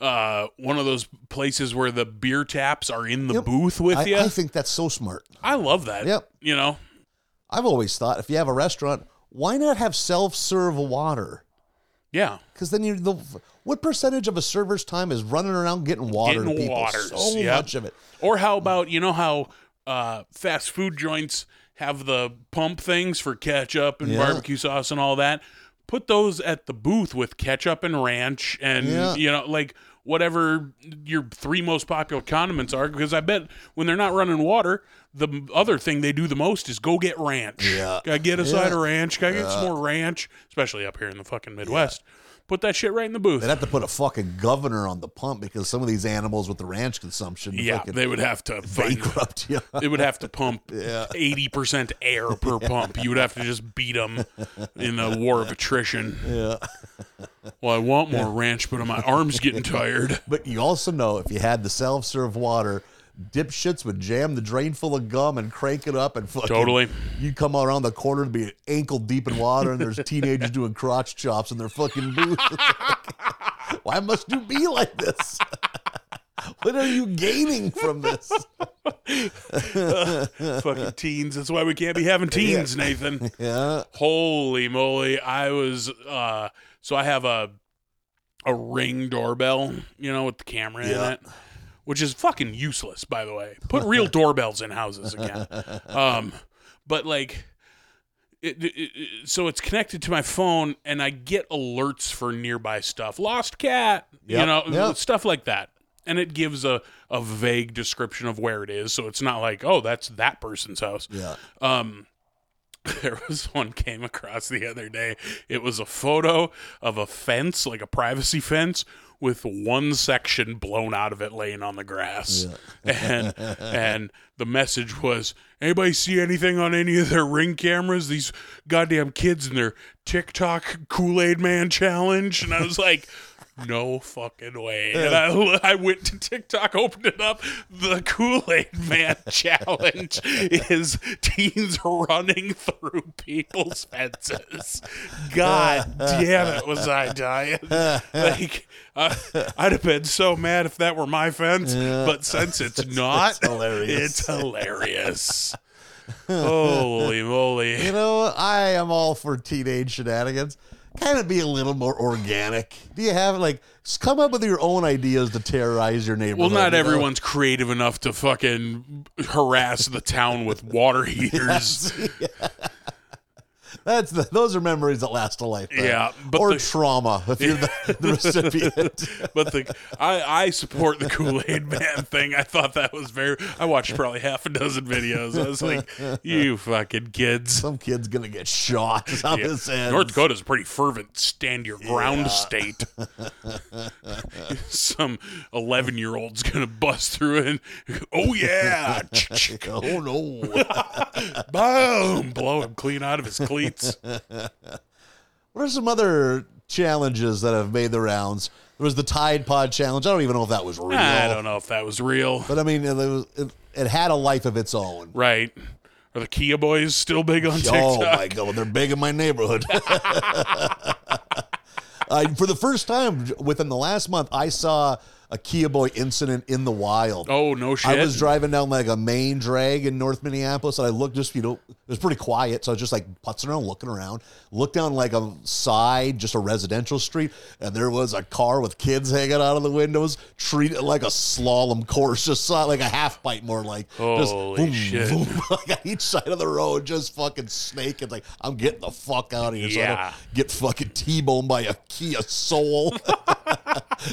Speaker 2: uh, one of those places where the beer taps are in the booth with
Speaker 3: I,
Speaker 2: you?
Speaker 3: I think that's so smart.
Speaker 2: I love that.
Speaker 3: Yep.
Speaker 2: You know,
Speaker 3: I've always thought if you have a restaurant, why not have self serve water?
Speaker 2: yeah.
Speaker 3: Because then you the what percentage of a server's time is running around getting water to
Speaker 2: Getting
Speaker 3: people?
Speaker 2: waters,
Speaker 3: so
Speaker 2: yep.
Speaker 3: much of it.
Speaker 2: Or how about you know how uh, fast food joints have the pump things for ketchup and
Speaker 3: Yeah.
Speaker 2: barbecue sauce and all that? Put those at the booth with ketchup and ranch and
Speaker 3: Yeah.
Speaker 2: you know like whatever your three most popular condiments are because I bet when they're not running water, the m- other thing they do the most is go get ranch.
Speaker 3: Yeah.
Speaker 2: Gotta get a side
Speaker 3: Yeah.
Speaker 2: of ranch. Gotta get some more ranch, especially up here in the fucking Midwest. Put that shit right in the booth.
Speaker 3: They'd have to put a fucking governor on the pump because some of these animals with the ranch consumption
Speaker 2: yeah,
Speaker 3: fucking
Speaker 2: they would have to find,
Speaker 3: bankrupt you.
Speaker 2: It would have to pump eighty percent air per pump. You would have to just beat them in a war of attrition. Yeah. Well, I want more ranch, but my arm's getting tired.
Speaker 3: But you also know if you had the self serve water, dipshits would jam the drain full of gum and crank it up and fucking.
Speaker 2: Totally.
Speaker 3: You come around the corner to be ankle deep in water and there's teenagers doing crotch chops in their fucking booth. [LAUGHS] Why must you be like this? [LAUGHS] what are you gaining from this?
Speaker 2: Fucking teens. That's why we can't be having teens, Nathan.
Speaker 3: Yeah.
Speaker 2: Holy moly. I was uh so I have a a ring doorbell, you know, with the camera
Speaker 3: Yeah.
Speaker 2: in it. Which is fucking useless, by the way. Put
Speaker 3: [LAUGHS]
Speaker 2: real doorbells in houses again. Um but like it, it, it- so it's connected to my phone and I get alerts for nearby stuff. Lost cat, you
Speaker 3: Yep,
Speaker 2: know,
Speaker 3: yep.
Speaker 2: stuff like that. And it gives a, a vague description of where it is. So it's not like, oh, that's that person's house.
Speaker 3: Yeah.
Speaker 2: Um, [LAUGHS] there was one came across the other day. It was a photo of a fence, like a privacy fence, with one section blown out of it, laying on the grass, [LAUGHS] and and the message was, "Anybody see anything on any of their ring cameras? These goddamn kids and their TikTok Kool Aid Man challenge." And I was like. No fucking way. And I, [LAUGHS] I went to TikTok, opened it up. The Kool Aid Man [LAUGHS] challenge is teens running through people's fences. God damn it, was I dying? Like, uh, I'd have been so mad if that were my fence, but since it's not,
Speaker 3: hilarious.
Speaker 2: it's hilarious. Holy moly.
Speaker 3: You know, I am all for teenage shenanigans. Kind of be a little more organic. Do you have like s- come up with your own ideas to terrorize your neighborhood?
Speaker 2: Well, not
Speaker 3: you know?
Speaker 2: everyone's creative enough to fucking harass the town with water
Speaker 3: [LAUGHS]
Speaker 2: heaters.
Speaker 3: That's the, those are memories that last a lifetime.
Speaker 2: Yeah, but
Speaker 3: or
Speaker 2: the-
Speaker 3: trauma if you're
Speaker 2: [LAUGHS]
Speaker 3: the, the recipient. [LAUGHS]
Speaker 2: but the I, I support the Kool Aid Man thing. I thought that was very. I watched probably half a dozen videos. I was like, you fucking
Speaker 3: [LAUGHS]
Speaker 2: kids.
Speaker 3: Some kid's gonna get shot. Is how
Speaker 2: Yeah.
Speaker 3: this ends.
Speaker 2: North Dakota's a pretty fervent stand your ground
Speaker 3: Yeah. [LAUGHS]
Speaker 2: state. [LAUGHS] Some 11 year old's going to bust through and, oh
Speaker 3: [LAUGHS]
Speaker 2: yeah,
Speaker 3: Oh no!
Speaker 2: [LAUGHS] boom, blow him clean out of his cleats.
Speaker 3: what are some other challenges that have made the rounds? There was the Tide Pod challenge. I don't even know if that was real.
Speaker 2: I don't know if that was real.
Speaker 3: But I mean, it, was, it, it had a life of its own.
Speaker 2: Right. Are the Kia boys still big on
Speaker 3: Oh
Speaker 2: TikTok?
Speaker 3: my god, they're big in my neighborhood. [LAUGHS] uh, for the first time within the last month, I saw a Kia Boy incident in the wild.
Speaker 2: Oh, no shit.
Speaker 3: I
Speaker 2: [LAUGHS]
Speaker 3: was driving down like a main drag in North Minneapolis, and I looked just you know it was pretty quiet, so I was just like putzing around, looking around, looked down like a side, just a residential street, and there was a car with kids hanging out of the windows, treated like a slalom course, just saw it like a half bite more like just
Speaker 2: Holy shit.
Speaker 3: [LAUGHS] like on each side of the road, just fucking snaking. Like I'm getting the fuck out of here, so I
Speaker 2: Yeah.
Speaker 3: don't get fucking t-boned by a Kia Soul. [LAUGHS]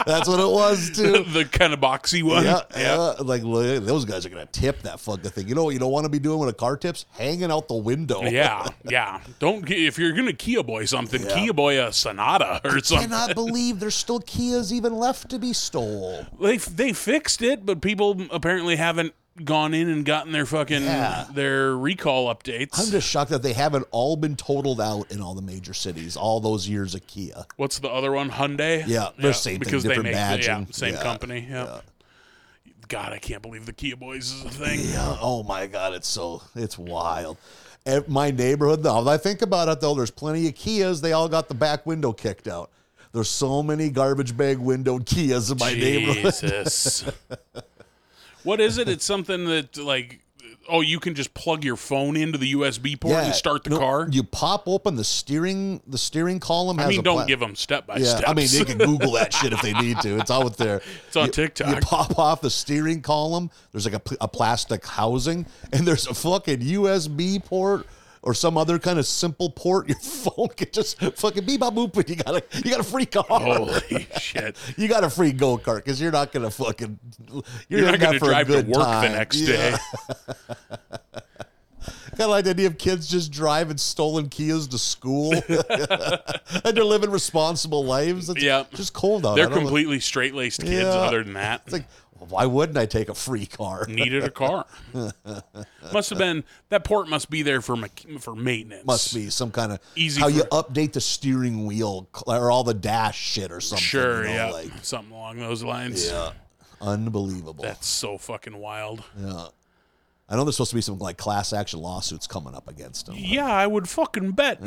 Speaker 3: That's what it was too.
Speaker 2: the kind of boxy one.
Speaker 3: Yeah, yeah. Like look, those guys are gonna tip that fucking thing. You know what you don't want to be doing when a car tips? Hanging out the window.
Speaker 2: Yeah, yeah. Don't ki- if you're gonna Kia boy something,
Speaker 3: Yeah.
Speaker 2: Kia boy a Sonata or something.
Speaker 3: [LAUGHS] Cannot believe there's still Kias even left to be stole.
Speaker 2: They they fixed it, but people apparently haven't gone in and gotten their fucking
Speaker 3: Yeah.
Speaker 2: their recall updates.
Speaker 3: I'm just shocked that they haven't all been totaled out in all the major cities. All those years of Kia. [CLEARS THROAT]
Speaker 2: What's the other one? Hyundai.
Speaker 3: Yeah, they're same thing,
Speaker 2: because
Speaker 3: different
Speaker 2: they make the- yeah,
Speaker 3: badging.
Speaker 2: same
Speaker 3: Yeah,
Speaker 2: company. Yeah. God, I can't believe the Kia boys is a thing.
Speaker 3: [LAUGHS] Yeah. Oh my god, it's so it's wild. At my neighborhood, now that I think about it though, there's plenty of Kias. They all got the back window kicked out. There's so many garbage bag windowed Kias in my neighborhood.
Speaker 2: Jesus. [LAUGHS] what is it? It's something that like oh, you can just plug your phone into the USB port and start the
Speaker 3: no,
Speaker 2: car.
Speaker 3: You pop open the steering the steering column.
Speaker 2: I
Speaker 3: has
Speaker 2: mean,
Speaker 3: a
Speaker 2: don't
Speaker 3: pla-
Speaker 2: give them step by
Speaker 3: Yeah,
Speaker 2: step.
Speaker 3: I mean they can Google that shit if they need to. It's
Speaker 2: [LAUGHS]
Speaker 3: out there. It's
Speaker 2: on
Speaker 3: you, You
Speaker 2: TikTok.
Speaker 3: pop off the steering column. There's like a, pl- a plastic housing, and there's a fucking USB port or some other kind of simple port. Your [LAUGHS] phone can just fucking beep bop boop, and you got a you got a free car.
Speaker 2: [LAUGHS] Holy shit!
Speaker 3: [LAUGHS] You got a free go kart because you're not gonna fucking you're,
Speaker 2: You're
Speaker 3: in
Speaker 2: not
Speaker 3: that
Speaker 2: going to
Speaker 3: for a [LAUGHS]
Speaker 2: drive to
Speaker 3: good
Speaker 2: work
Speaker 3: time.
Speaker 2: the next day.
Speaker 3: Yeah. of like the idea of kids just driving stolen Kias
Speaker 2: [LAUGHS]
Speaker 3: to school, [LAUGHS] and they're living responsible lives. It's
Speaker 2: Yeah.
Speaker 3: just cold out. I
Speaker 2: They're
Speaker 3: don't know.
Speaker 2: completely straight laced kids,
Speaker 3: Yeah.
Speaker 2: other than that.
Speaker 3: It's like, [LAUGHS] why wouldn't I take a free car?
Speaker 2: Needed a
Speaker 3: [LAUGHS]
Speaker 2: car. must have been that port must be there for mech- for maintenance.
Speaker 3: Must be some kind of
Speaker 2: Easy
Speaker 3: how you
Speaker 2: for-
Speaker 3: update the steering wheel cl- or all the dash shit or something.
Speaker 2: sure,
Speaker 3: you know,
Speaker 2: yeah,
Speaker 3: like-
Speaker 2: something along those lines.
Speaker 3: yeah, unbelievable.
Speaker 2: That's so fucking wild.
Speaker 3: I know there's supposed to be some like class action lawsuits coming up against them.
Speaker 2: Yeah, I would fucking bet.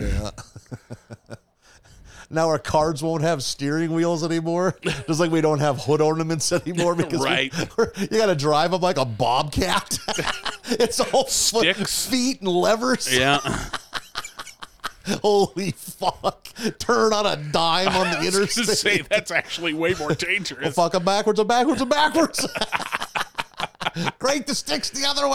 Speaker 3: Now our cards won't have steering
Speaker 2: [LAUGHS]
Speaker 3: wheels anymore. Just like we don't have hood ornaments anymore because we- [LAUGHS]
Speaker 2: Right.
Speaker 3: you got to drive them like a bobcat. [LAUGHS] it's all fo-
Speaker 2: Sticks.
Speaker 3: feet and levers.
Speaker 2: Yeah,
Speaker 3: [LAUGHS] Holy fuck! Turn on a dime on the
Speaker 2: [LAUGHS] I was gonna
Speaker 3: interstate.
Speaker 2: say that's actually way more dangerous.
Speaker 3: [LAUGHS] Fuck them backwards and backwards and backwards. [LAUGHS] Break the sticks the other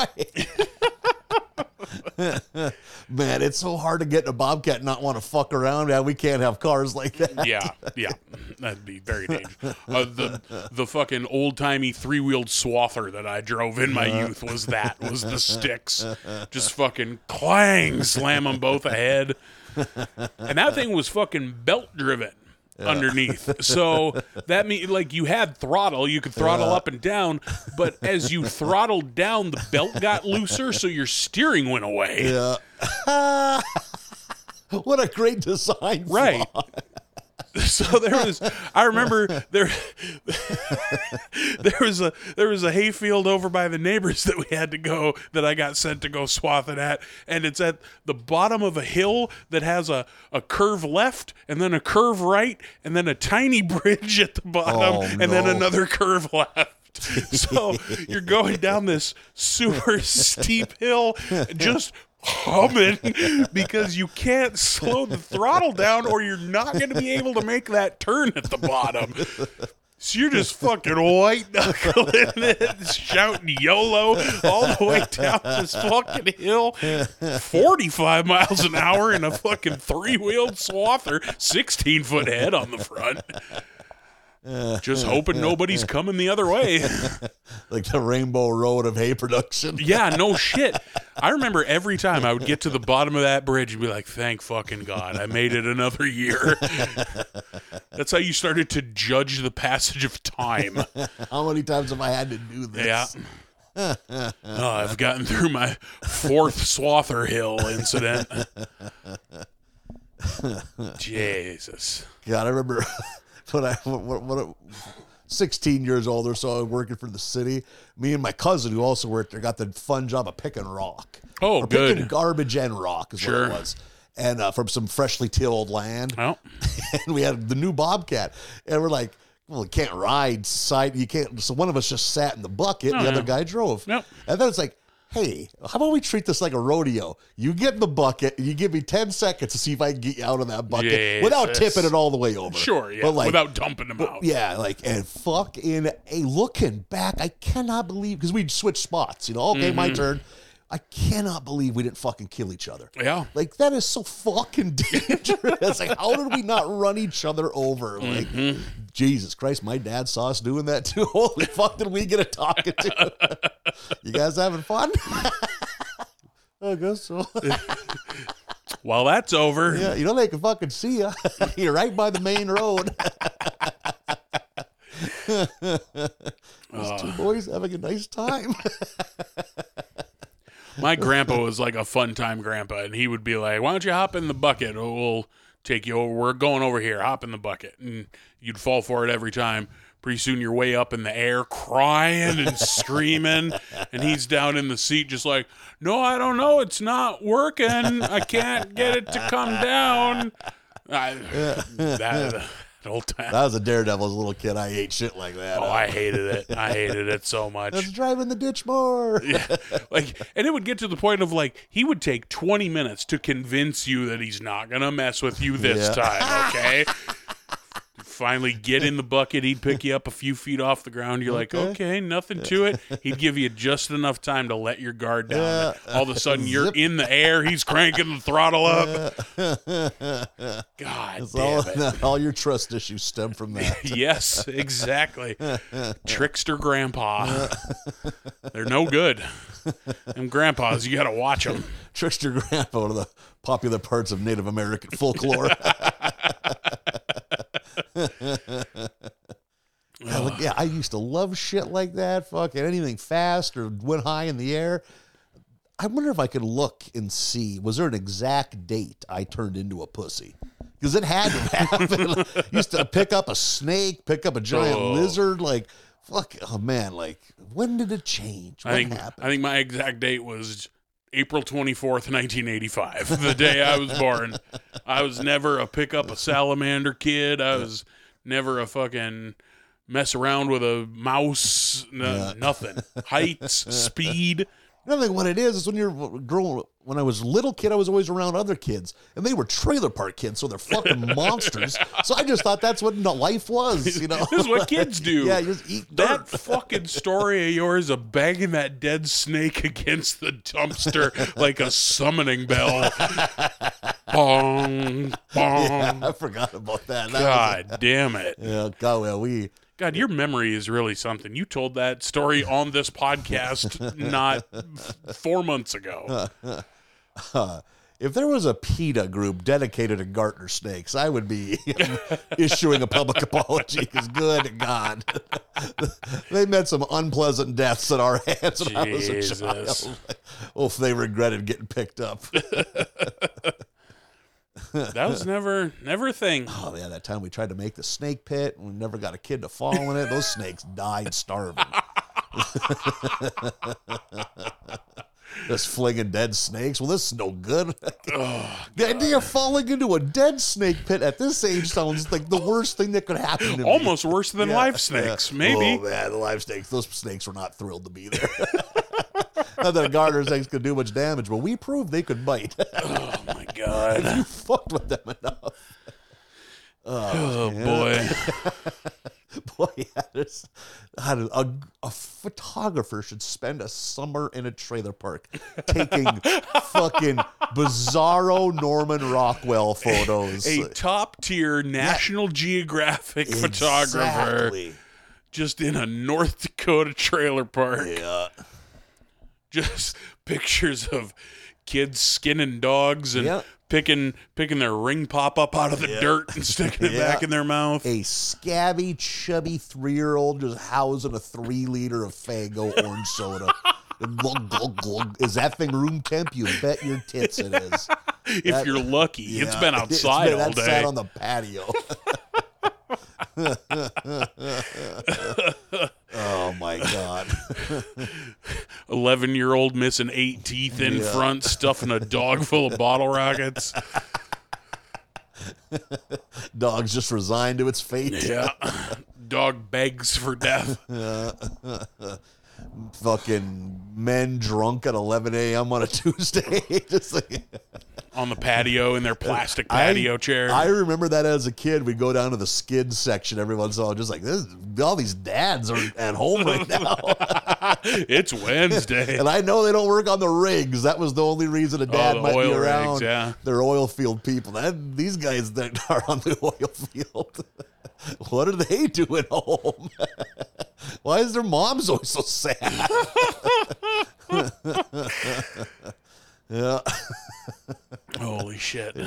Speaker 3: way. [LAUGHS] Man, it's so hard to get in a bobcat and not want to fuck around. Man, we can't have cars like that. [LAUGHS]
Speaker 2: yeah, yeah, that'd be very dangerous. Uh, the the fucking old timey three wheeled swather that I drove in my
Speaker 3: Uh-huh.
Speaker 2: youth was that was the sticks, just fucking clang, slam them both ahead, and that thing was fucking belt driven underneath. So that mean like you had throttle, you could throttle
Speaker 3: Uh-huh.
Speaker 2: up and down, but as you throttled down, the belt got looser, so your steering went away.
Speaker 3: Yeah. what a great design. flaw.
Speaker 2: Right. [LAUGHS] so there was I remember there [LAUGHS] there was a there was a hayfield over by the neighbors that we had to go that I got sent to go swath it at and it's at the bottom of a hill that has a a curve left and then a curve right and then a tiny [LAUGHS] bridge at the bottom
Speaker 3: Oh,
Speaker 2: and then
Speaker 3: no.
Speaker 2: another curve [LAUGHS] left. So you're going down this super steep hill just humming because you can't slow the throttle down or you're not going to be able to make that turn at the bottom. So you're just fucking white knuckling [LAUGHS] it, shouting YOLO all the way down this fucking hill, 45 miles an hour in a fucking three wheeled swather, 16 foot head on the front. Just hoping nobody's coming the other
Speaker 3: [LAUGHS]
Speaker 2: way.
Speaker 3: Like the Rainbow Road of hay production. [LAUGHS]
Speaker 2: Yeah, no shit. I remember every time I would get to the bottom of that bridge and be like, thank fucking God, I made it another
Speaker 3: [LAUGHS]
Speaker 2: year. That's how you started to judge the passage of time.
Speaker 3: How many times have I had to do this?
Speaker 2: Yeah. Oh, I've gotten through my fourth Swather Hill incident. Jesus.
Speaker 3: God, I remember [LAUGHS] when I when, when, 16 years old or so, working for the city. Me and my cousin, who also worked there, got the fun job of picking rock.
Speaker 2: Oh,
Speaker 3: Or
Speaker 2: good.
Speaker 3: Picking garbage and rock is
Speaker 2: Sure.
Speaker 3: what it was. And uh, from some freshly tilled land.
Speaker 2: Well,
Speaker 3: [LAUGHS] and we had the new Bobcat, and we're like, well, it can't ride side. You can't. So one of us just sat in the bucket,
Speaker 2: Oh,
Speaker 3: the other
Speaker 2: yeah.
Speaker 3: guy drove.
Speaker 2: Yep.
Speaker 3: And then it's like, hey, how about we treat this like a rodeo? You get in the bucket, and you give me ten seconds to see if I can get you out of that bucket without
Speaker 2: Jesus.
Speaker 3: tipping it all the way over.
Speaker 2: sure, yeah.
Speaker 3: But like,
Speaker 2: without dumping them out.
Speaker 3: yeah, like and fucking a looking back, I cannot believe because we'd switch spots. You know, okay, my turn. I cannot believe we didn't fucking kill each other.
Speaker 2: Mm-hmm. Yeah.
Speaker 3: Like that is so fucking [LAUGHS] dangerous. like how did we not run each other over? Like Jesus Christ, my dad saw us doing that too. [LAUGHS] Holy fuck, did we get a talking to? [LAUGHS] you guys having fun? [LAUGHS] I guess so. [LAUGHS]
Speaker 2: While that's over,
Speaker 3: yeah, you know they can fucking see you. [LAUGHS] You're right by the main road. [LAUGHS] Those two boys having a nice time.
Speaker 2: my grandpa was like a fun time grandpa, and he would be like, "Why don't you hop in the bucket? Or we'll take you over. We're going over here. Hop in the bucket." And you'd fall for it every time. Pretty soon, you're way up in the air, crying and screaming, and he's down in the seat, just like, "No, I don't know. It's not working. I can't get it to come down." I, that, that old time.
Speaker 3: [LAUGHS] I was a daredevil as a little kid. I ate shit like that.
Speaker 2: Oh, I hated it. I hated it so much.
Speaker 3: Let's drive in the ditch [LAUGHS] more.
Speaker 2: Yeah. [LAUGHS] Like, and it would get to the point of like he would take 20 minutes to convince you that he's not gonna mess with you this
Speaker 3: Yeah.
Speaker 2: time. Okay. Finally, get in the bucket. He'd pick you up a few feet off the ground. You're like,
Speaker 3: Okay.
Speaker 2: okay, nothing to it. He'd give you just enough time to let your guard down.
Speaker 3: Yeah.
Speaker 2: All of a sudden, you're
Speaker 3: Zip.
Speaker 2: in the air. He's cranking the throttle
Speaker 3: [LAUGHS]
Speaker 2: up. God
Speaker 3: It's
Speaker 2: damn
Speaker 3: all,
Speaker 2: it.
Speaker 3: [LAUGHS] all your trust issues stem from that.
Speaker 2: [LAUGHS] Yes,
Speaker 3: [LAUGHS]
Speaker 2: exactly. Trickster grandpa. They're no good. Them grandpas, you got to watch them.
Speaker 3: [LAUGHS] Trickster Grandpa, one of the popular parts of Native American
Speaker 2: [LAUGHS]
Speaker 3: folklore. [LAUGHS] Yeah, like, yeah, I used to love shit like that. Fucking anything fast or went high in the air. I wonder if I could look and see was there an exact date I turned into a pussy? Because it had to [LAUGHS] happen. Like, used to pick up a snake, pick up a giant
Speaker 2: Oh.
Speaker 3: lizard. Like, fuck, oh man, like when did it change? What
Speaker 2: I think
Speaker 3: happened?
Speaker 2: I think my exact date was April 24th, 1985, the day I was born. I was never a pick up a salamander kid. I was never a fucking mess around with a mouse. No, Nothing.
Speaker 3: [LAUGHS]
Speaker 2: Heights, speed.
Speaker 3: Another thing, what it is, is when you're growing. When I was a little kid, I was always around other kids, and they were trailer park kids, so
Speaker 2: [LAUGHS]
Speaker 3: they're fucking monsters. So I just thought that's what no- life was, you know.
Speaker 2: This [LAUGHS] is what kids do.
Speaker 3: yeah, you just eat dirt.
Speaker 2: That
Speaker 3: [LAUGHS]
Speaker 2: fucking story of yours of banging that dead snake against the dumpster like a summoning
Speaker 3: [LAUGHS]
Speaker 2: bell. bong, bong.
Speaker 3: I forgot about that. That was-
Speaker 2: God damn it.
Speaker 3: yeah, God, well, we
Speaker 2: God, your memory is really something. You told that story on this podcast not f- four months ago.
Speaker 3: if there was a PETA group dedicated to Gartner snakes, I would be [LAUGHS] issuing a public [LAUGHS] apology. Because good God, [LAUGHS] they met some unpleasant deaths at our hands when [LAUGHS] I was a
Speaker 2: Jesus.
Speaker 3: child. Oh, if they regretted getting picked up.
Speaker 2: That was never, never a
Speaker 3: [LAUGHS]
Speaker 2: thing.
Speaker 3: Oh yeah, that time we tried to make the snake pit and we never got a kid to fall in
Speaker 2: [LAUGHS]
Speaker 3: it. Those snakes died starving. Just flinging dead snakes. Well, this is no good.
Speaker 2: Oh,
Speaker 3: the idea of falling into a dead snake pit at this age sounds like the worst thing that could happen. To me.
Speaker 2: Almost worse than
Speaker 3: [LAUGHS] Yeah,
Speaker 2: live snakes,
Speaker 3: yeah.
Speaker 2: maybe.
Speaker 3: Oh man, the live snakes. Those snakes were not thrilled to be there. [LAUGHS] not that a garter snakes could do much damage, but we proved they could bite. [LAUGHS]
Speaker 2: Oh my god.
Speaker 3: you fucked with them enough.
Speaker 2: Oh boy.
Speaker 3: Boy, [LAUGHS] yeah, there's- I don't- a, a photographer should spend a summer in a trailer park
Speaker 2: [LAUGHS]
Speaker 3: taking fucking bizarro Norman Rockwell photos.
Speaker 2: A top tier National Geographic photographer
Speaker 3: Exactly.
Speaker 2: just in a North Dakota trailer park.
Speaker 3: Yeah.
Speaker 2: Just pictures of kids skinning dogs and
Speaker 3: Yeah.
Speaker 2: picking picking their ring pop up out of the dirt and sticking it back
Speaker 3: Yeah.
Speaker 2: in their mouth.
Speaker 3: A scabby, chubby three year old just housing a three liter of Fago
Speaker 2: [LAUGHS]
Speaker 3: orange soda. Glug, glug, glug. Is that thing room temp? You bet your tits it is.
Speaker 2: if you're lucky. it's
Speaker 3: Yeah, [LAUGHS]
Speaker 2: been outside
Speaker 3: been
Speaker 2: all
Speaker 3: outside
Speaker 2: day.
Speaker 3: on
Speaker 2: [LAUGHS]
Speaker 3: the patio. oh my god! [LAUGHS]
Speaker 2: Eleven year old missing eight teeth in front, stuffing a dog full of bottle rockets.
Speaker 3: Dog's just resigned to its fate.
Speaker 2: Yeah. Dog begs for death.
Speaker 3: Fucking men drunk at 11 a.m. on a Tuesday. [LAUGHS] Just like-
Speaker 2: on the patio in their plastic patio
Speaker 3: I,
Speaker 2: chair.
Speaker 3: I remember that as a kid. We go down to the skid section every once in a while, just like this. All these dads are at
Speaker 2: [LAUGHS]
Speaker 3: home right now,
Speaker 2: it's Wednesday.
Speaker 3: [LAUGHS] and I know they don't work on the rigs. That was the only reason a dad
Speaker 2: Oh, the
Speaker 3: might
Speaker 2: oil
Speaker 3: be
Speaker 2: rigs,
Speaker 3: around.
Speaker 2: yeah.
Speaker 3: they're oil field people. That, these guys that [LAUGHS] are on the oil field, [LAUGHS] what are they doing home? [LAUGHS] Why is their mom's always so sad? [LAUGHS] yeah,
Speaker 2: Holy shit.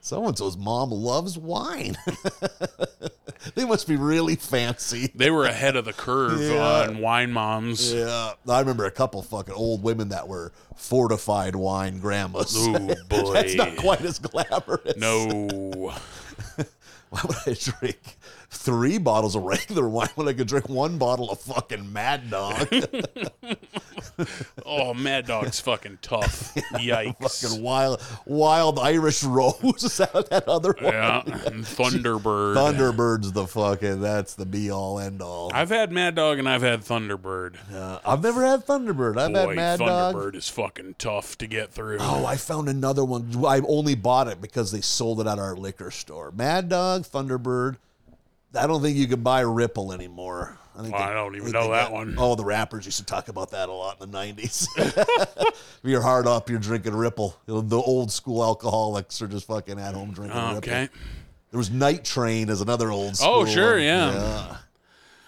Speaker 3: so and so's mom loves wine. [LAUGHS] they must be really fancy.
Speaker 2: They were ahead of the curve
Speaker 3: Yeah.
Speaker 2: on wine moms.
Speaker 3: Yeah, I remember a couple fucking old women that were fortified wine grandmas. [LAUGHS]
Speaker 2: Ooh, Oh, boy.
Speaker 3: That's not quite as glamorous.
Speaker 2: No.
Speaker 3: Why would I drink three bottles of regular wine when I could drink one bottle of fucking
Speaker 2: [LAUGHS]
Speaker 3: Mad Dog?
Speaker 2: Oh, Mad Dog's fucking
Speaker 3: [LAUGHS]
Speaker 2: tough. Yikes.
Speaker 3: fucking wild, wild Irish Rose. [LAUGHS] Is that what that other one?
Speaker 2: Yeah. and Thunderbird.
Speaker 3: Thunderbird's the fucking. That's the be all end all.
Speaker 2: I've had Mad Dog and I've had Thunderbird.
Speaker 3: Uh, I've never had Thunderbird. I've
Speaker 2: Boy,
Speaker 3: had Mad
Speaker 2: Thunderbird
Speaker 3: Dog.
Speaker 2: is fucking tough to get through.
Speaker 3: Oh, I found another one. I only bought it because they sold it at our liquor store. Mad Dog, Thunderbird. I don't think you can buy Ripple anymore. I, think
Speaker 2: Well, I don't even know
Speaker 3: they
Speaker 2: that
Speaker 3: got-
Speaker 2: one.
Speaker 3: Oh, the rappers used to talk about that a lot in the '90s. if [LAUGHS] you're hard up, you're drinking Ripple. The old school alcoholics are just fucking at home drinking Ripple.
Speaker 2: okay.
Speaker 3: There was Night Train as another old school.
Speaker 2: Oh, sure,
Speaker 3: one.
Speaker 2: yeah.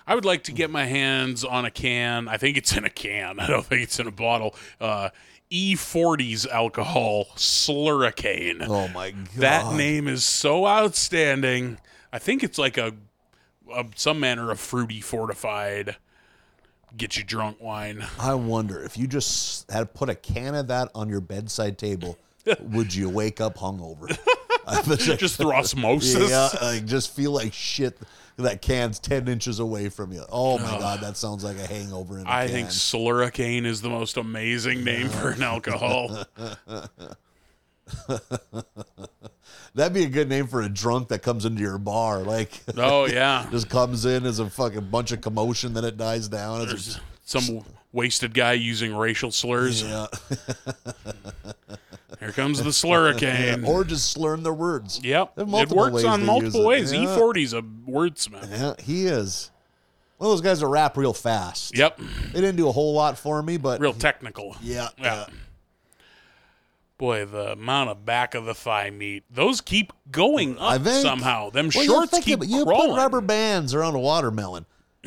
Speaker 2: I would like to get my hands on a can. I think it's in a can. [LAUGHS] I don't think it's in a bottle. Uh, E40's alcohol slurricane.
Speaker 3: Oh my god.
Speaker 2: that name is so outstanding. I think it's like a, a some manner of fruity fortified get you drunk
Speaker 3: [LAUGHS]
Speaker 2: wine. [LAUGHS]
Speaker 3: I wonder if you just had put a can of that on your bedside
Speaker 2: [LAUGHS]
Speaker 3: table, would you wake up hungover? I was like,
Speaker 2: Just through osmosis.
Speaker 3: yeah, I just feel like shit. That can's ten inches away from you. Oh my god, that sounds like a hangover in a
Speaker 2: I
Speaker 3: can.
Speaker 2: think slurricane is the most amazing name for
Speaker 3: [LAUGHS]
Speaker 2: an alcohol.
Speaker 3: That'd be a good name for a drunk that comes into your bar. Like, [LAUGHS]
Speaker 2: oh yeah.
Speaker 3: just comes in as a fucking bunch of commotion, then it dies down. It's [LAUGHS] just-
Speaker 2: Some wasted guy using racial slurs.
Speaker 3: yeah.
Speaker 2: Here comes the
Speaker 3: [LAUGHS]
Speaker 2: slurricane.
Speaker 3: Or just slurring their words.
Speaker 2: Yep.
Speaker 3: There are
Speaker 2: It
Speaker 3: multiple
Speaker 2: works
Speaker 3: ways
Speaker 2: on
Speaker 3: to
Speaker 2: multiple
Speaker 3: use
Speaker 2: ways. E
Speaker 3: it. Yeah.
Speaker 2: E40's a wordsmith.
Speaker 3: Yeah, he is. One of those guys that rap real fast.
Speaker 2: Yep.
Speaker 3: They didn't do a whole lot for me, but
Speaker 2: Real technical.
Speaker 3: yeah,
Speaker 2: Yeah.
Speaker 3: yeah.
Speaker 2: Boy, the amount of back of the thigh meat. Those keep going
Speaker 3: I
Speaker 2: up
Speaker 3: think
Speaker 2: somehow. Them
Speaker 3: Well, you
Speaker 2: shorts
Speaker 3: think
Speaker 2: keep
Speaker 3: about- you
Speaker 2: crawling.
Speaker 3: put rubber bands around a watermelon.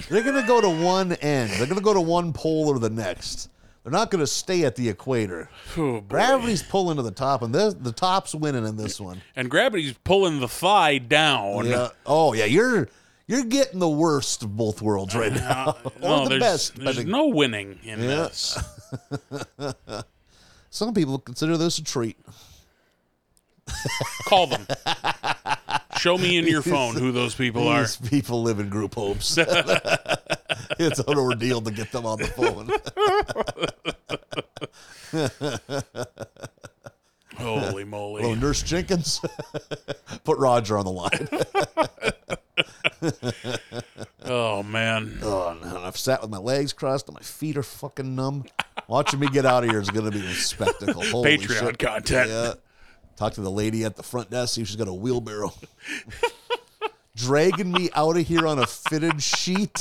Speaker 3: They're gonna go to one end. They're gonna go to one pole or the next. They're not gonna stay at the equator.
Speaker 2: Oh, boy.
Speaker 3: Gravity's pulling to the top, and this, the top's winning in this one.
Speaker 2: and gravity's pulling the thigh down.
Speaker 3: Yeah. Oh yeah, you're you're getting the worst of both worlds right now.
Speaker 2: No,
Speaker 3: [LAUGHS] or the
Speaker 2: Uh, there's,
Speaker 3: best.
Speaker 2: there's
Speaker 3: depending-
Speaker 2: no winning in this.
Speaker 3: Some people consider this a treat.
Speaker 2: Call
Speaker 3: [LAUGHS]
Speaker 2: them. Show me in your phone who those people are.
Speaker 3: [LAUGHS] These people live in group
Speaker 2: [LAUGHS]
Speaker 3: homes. [LAUGHS] it's an ordeal to get them on the
Speaker 2: [LAUGHS]
Speaker 3: phone.
Speaker 2: Holy moly.
Speaker 3: Oh, Nurse Jenkins, [LAUGHS] put Roger on the line.
Speaker 2: Oh man.
Speaker 3: Oh, no, and I've sat with my legs crossed and my feet are fucking numb. Watching me get out of here is going to be
Speaker 2: [LAUGHS]
Speaker 3: a spectacle. Holy
Speaker 2: Patreon
Speaker 3: shit.
Speaker 2: content.
Speaker 3: Yeah. Talk to the lady at the front desk, see if she's got a wheelbarrow. [LAUGHS] Dragging me out of here on a fitted sheet.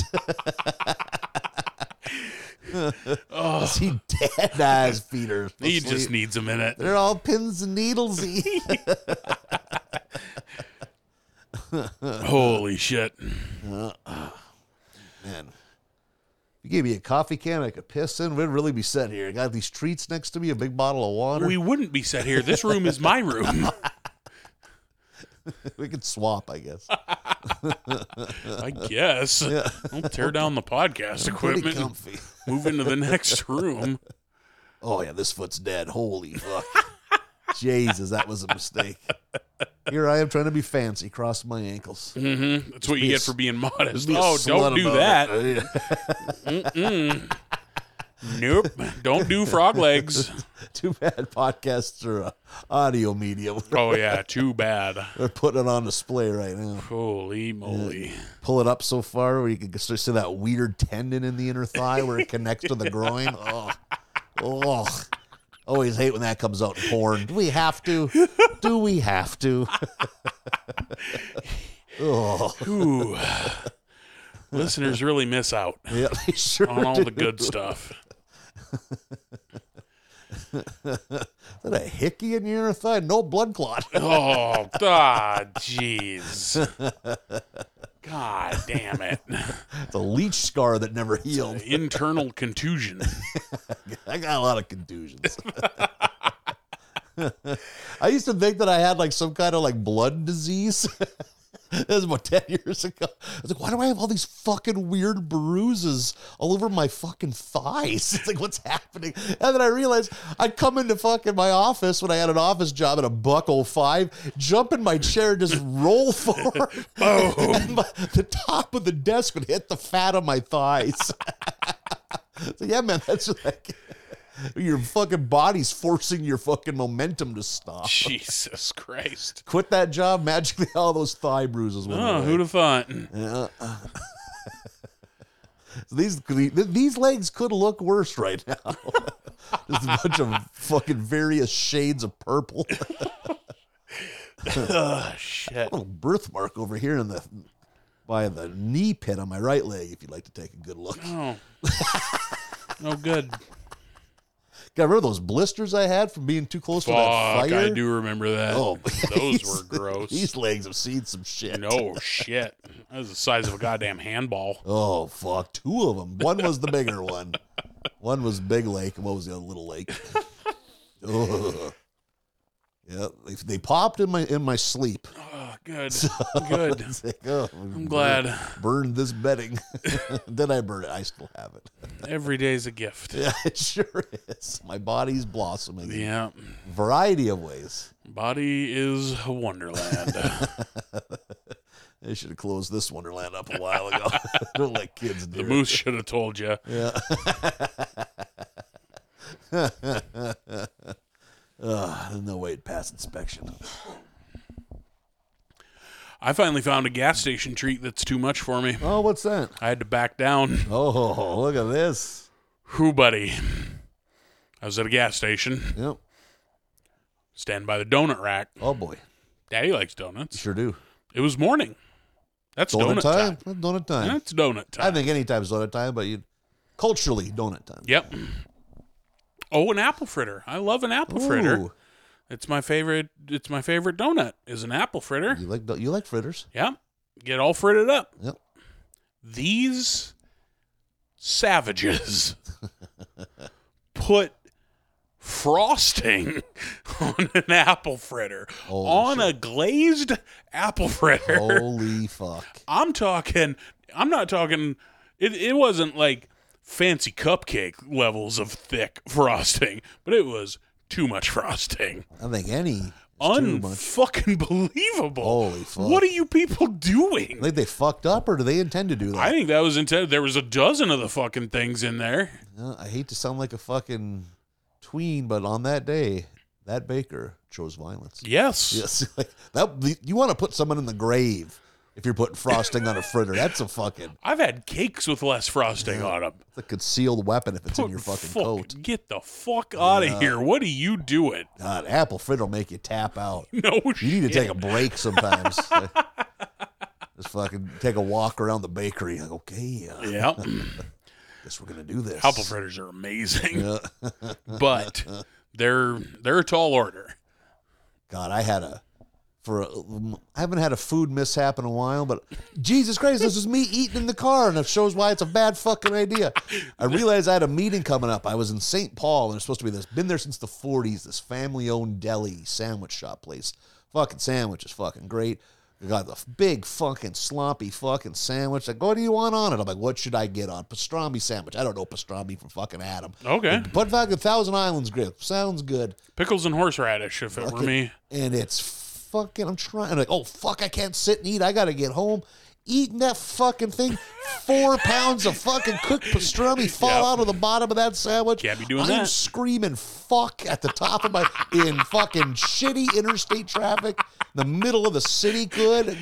Speaker 3: [LAUGHS] Is he dead? Nah, his feet are.
Speaker 2: Oh. He
Speaker 3: asleep.
Speaker 2: just needs a minute.
Speaker 3: They're all pins
Speaker 2: [LAUGHS]
Speaker 3: and needlesy.
Speaker 2: Holy shit.
Speaker 3: Man. If you gave me a coffee can I could piss in, we'd really be set here. I got these treats next to me, a big bottle of water.
Speaker 2: We
Speaker 3: We,
Speaker 2: wouldn't be set here. This room is my room.
Speaker 3: could swap, I
Speaker 2: [LAUGHS]
Speaker 3: guess.
Speaker 2: I guess. [LAUGHS] Don't tear down the podcast
Speaker 3: Pretty
Speaker 2: equipment. and
Speaker 3: comfy.
Speaker 2: Move into the
Speaker 3: [LAUGHS]
Speaker 2: next room.
Speaker 3: Oh yeah, this foot's dead.
Speaker 2: [LAUGHS]
Speaker 3: Holy fuck. Jesus, that was a mistake. Here I am trying to be fancy, crossing
Speaker 2: [LAUGHS]
Speaker 3: my ankles.
Speaker 2: hmm That's what you
Speaker 3: be a
Speaker 2: get
Speaker 3: s-
Speaker 2: for being modest.
Speaker 3: Be a
Speaker 2: Oh,
Speaker 3: slut
Speaker 2: don't do
Speaker 3: [LAUGHS] about
Speaker 2: that.
Speaker 3: it.
Speaker 2: Nope. Don't do frog
Speaker 3: [LAUGHS]
Speaker 2: legs.
Speaker 3: Too bad podcasts are a audio medium. [LAUGHS]
Speaker 2: Oh yeah, too bad.
Speaker 3: They're putting it on display right now.
Speaker 2: Holy
Speaker 3: [LAUGHS]
Speaker 2: moly.
Speaker 3: Pull it up so far where you can start to see that weird tendon in the inner thigh where it connects to the
Speaker 2: [LAUGHS]
Speaker 3: groin. Oh, oh. Always hate when that comes out in porn. Do we have to? Do we have
Speaker 2: [LAUGHS]
Speaker 3: to? oh,
Speaker 2: Ooh. Listeners really miss out
Speaker 3: yeah, [LAUGHS] they sure
Speaker 2: on all
Speaker 3: do.
Speaker 2: the good stuff.
Speaker 3: Is that a hickey in your inner thigh? No blood clot. [LAUGHS]
Speaker 2: Oh, ah, jeez. God damn
Speaker 3: [LAUGHS]
Speaker 2: it.
Speaker 3: It's a leech scar that never healed.
Speaker 2: Internal
Speaker 3: [LAUGHS]
Speaker 2: contusion.
Speaker 3: I got a lot of contusions. [LAUGHS] I used to think that I had like some kind of like blood disease. [LAUGHS] that was about 10 years ago. I was like, why do I have all these fucking weird bruises all over my fucking thighs? [LAUGHS] It's like, what's happening? And then I realized I'd come into fucking my office when I had an office job at a buck 05, jump in my chair, and just roll [LAUGHS] forward.
Speaker 2: Oh,
Speaker 3: And my, the top of the desk would hit the fat of
Speaker 2: [LAUGHS]
Speaker 3: my thighs. So yeah, man, that's like your fucking body's forcing your fucking momentum to stop.
Speaker 2: Jesus Christ.
Speaker 3: Quit that job, magically [LAUGHS] all those thigh bruises went
Speaker 2: Oh,
Speaker 3: away.
Speaker 2: who'd have thought?
Speaker 3: So these these legs could look worse right now. [LAUGHS] Just a bunch of fucking various shades of purple. [LAUGHS]
Speaker 2: Oh, shit.
Speaker 3: Little birthmark over here in the by the knee pit on my right leg. If you'd like to take a good look, [LAUGHS]
Speaker 2: Oh. No good.
Speaker 3: got remember those blisters I had from being too close
Speaker 2: Fuck,
Speaker 3: to that fire.
Speaker 2: I do remember that.
Speaker 3: Oh, [LAUGHS]
Speaker 2: Those
Speaker 3: these-
Speaker 2: were gross.
Speaker 3: These legs have seen some shit.
Speaker 2: No shit. That was the size of a goddamn
Speaker 3: [LAUGHS]
Speaker 2: handball.
Speaker 3: Oh fuck, two of them. One was the bigger one. One was Big Lake, and what was the other Little Lake? Ugh. Yeah, they, they popped in my in my sleep. [LAUGHS]
Speaker 2: Oh, good, good.
Speaker 3: It's like, oh,
Speaker 2: I'm glad.
Speaker 3: Burned this bedding. [LAUGHS] then I burned it. I still have it. [LAUGHS]
Speaker 2: Every day's a gift.
Speaker 3: Yeah, it sure is. My body's blossoming in
Speaker 2: Yeah,
Speaker 3: a variety of ways.
Speaker 2: body is a
Speaker 3: [LAUGHS]
Speaker 2: wonderland.
Speaker 3: I should have closed this Wonderland up a while ago. [LAUGHS] Don't let kids do
Speaker 2: the
Speaker 3: it.
Speaker 2: moose should have told you.
Speaker 3: Ugh, no way it passed inspection.
Speaker 2: I finally found a gas station treat that's too much for me.
Speaker 3: Oh, what's that?
Speaker 2: I had to back down.
Speaker 3: Oh, look at this.
Speaker 2: Who, buddy? I was at a gas station,
Speaker 3: Yep.
Speaker 2: standing by the donut rack.
Speaker 3: Oh boy,
Speaker 2: Daddy likes donuts.
Speaker 3: sure do.
Speaker 2: It was morning. That's
Speaker 3: Donut,
Speaker 2: donut,
Speaker 3: time.
Speaker 2: time.
Speaker 3: That's Donut time.
Speaker 2: That's donut
Speaker 3: I
Speaker 2: time.
Speaker 3: think any time's donut time, but you culturally donut time.
Speaker 2: Yep. Oh, an apple fritter. I love an apple fritter.
Speaker 3: Ooh,
Speaker 2: It's my favorite. It's my favorite donut. Is an apple fritter.
Speaker 3: You like do- you like fritters?
Speaker 2: Yep. Get all fritted up.
Speaker 3: Yep.
Speaker 2: These
Speaker 3: [LAUGHS]
Speaker 2: savages put frosting [LAUGHS] on an apple fritter
Speaker 3: Holy
Speaker 2: on a glazed apple [LAUGHS] fritter.
Speaker 3: Holy fuck!
Speaker 2: I'm talking. I'm not talking. It, it wasn't like fancy cupcake levels of thick [LAUGHS] frosting, but it was too much frosting.
Speaker 3: I think any is too much.
Speaker 2: Unfucking believable.
Speaker 3: Holy fuck.
Speaker 2: What are you people doing?
Speaker 3: Like they fucked up, or do they intend to do
Speaker 2: I
Speaker 3: that?
Speaker 2: think that was intended. There was a dozen of the fucking things in there.
Speaker 3: Uh, I hate to sound like a fucking tween, but on that day, that baker chose violence.
Speaker 2: Yes.
Speaker 3: Yes, [LAUGHS] like that. You want to put someone in the grave if you're putting frosting on a fritter? That's a fucking
Speaker 2: I've had cakes with less frosting on 'em. on them.
Speaker 3: it's a concealed weapon if it's in your fucking coat.
Speaker 2: Get the fuck out of here. What are you doing? [LAUGHS]
Speaker 3: God, apple fritter will make you tap out.
Speaker 2: No
Speaker 3: You
Speaker 2: shit.
Speaker 3: need to take a
Speaker 2: [LAUGHS]
Speaker 3: break sometimes. Just fucking take a walk around the bakery. Like, okay, uh,
Speaker 2: Yeah.
Speaker 3: guess we're gonna do this.
Speaker 2: Apple fritters are amazing. [LAUGHS] but they're they're a tall order.
Speaker 3: God, I had a for a, I haven't had a food mishap in a while, but Jesus Christ, this was me eating in the car, and it shows why it's a bad fucking idea. I realized I had a meeting coming up. I was in St. Paul, and it's supposed to be this been there since the '40s. This family-owned deli sandwich shop place. Fucking sandwich is fucking great. We got the f- big fucking sloppy fucking sandwich. Like, what do you want on it? I'm like, what should I get on pastrami sandwich? I don't know pastrami from fucking Adam.
Speaker 2: Okay.
Speaker 3: Put fucking Thousand Islands grill. Sounds good
Speaker 2: Pickles and horseradish, if it were me.
Speaker 3: and it's fucking. I'm trying. I'm like, oh fuck, I can't sit and eat. I gotta get home. Eating that
Speaker 2: [LAUGHS]
Speaker 3: fucking thing, four pounds of fucking cooked pastrami fall
Speaker 2: Yep.
Speaker 3: out of the bottom of that sandwich.
Speaker 2: Can't be doing
Speaker 3: I'm
Speaker 2: that.
Speaker 3: screaming fuck at the top of my in fucking shitty interstate traffic, the middle of the city. Good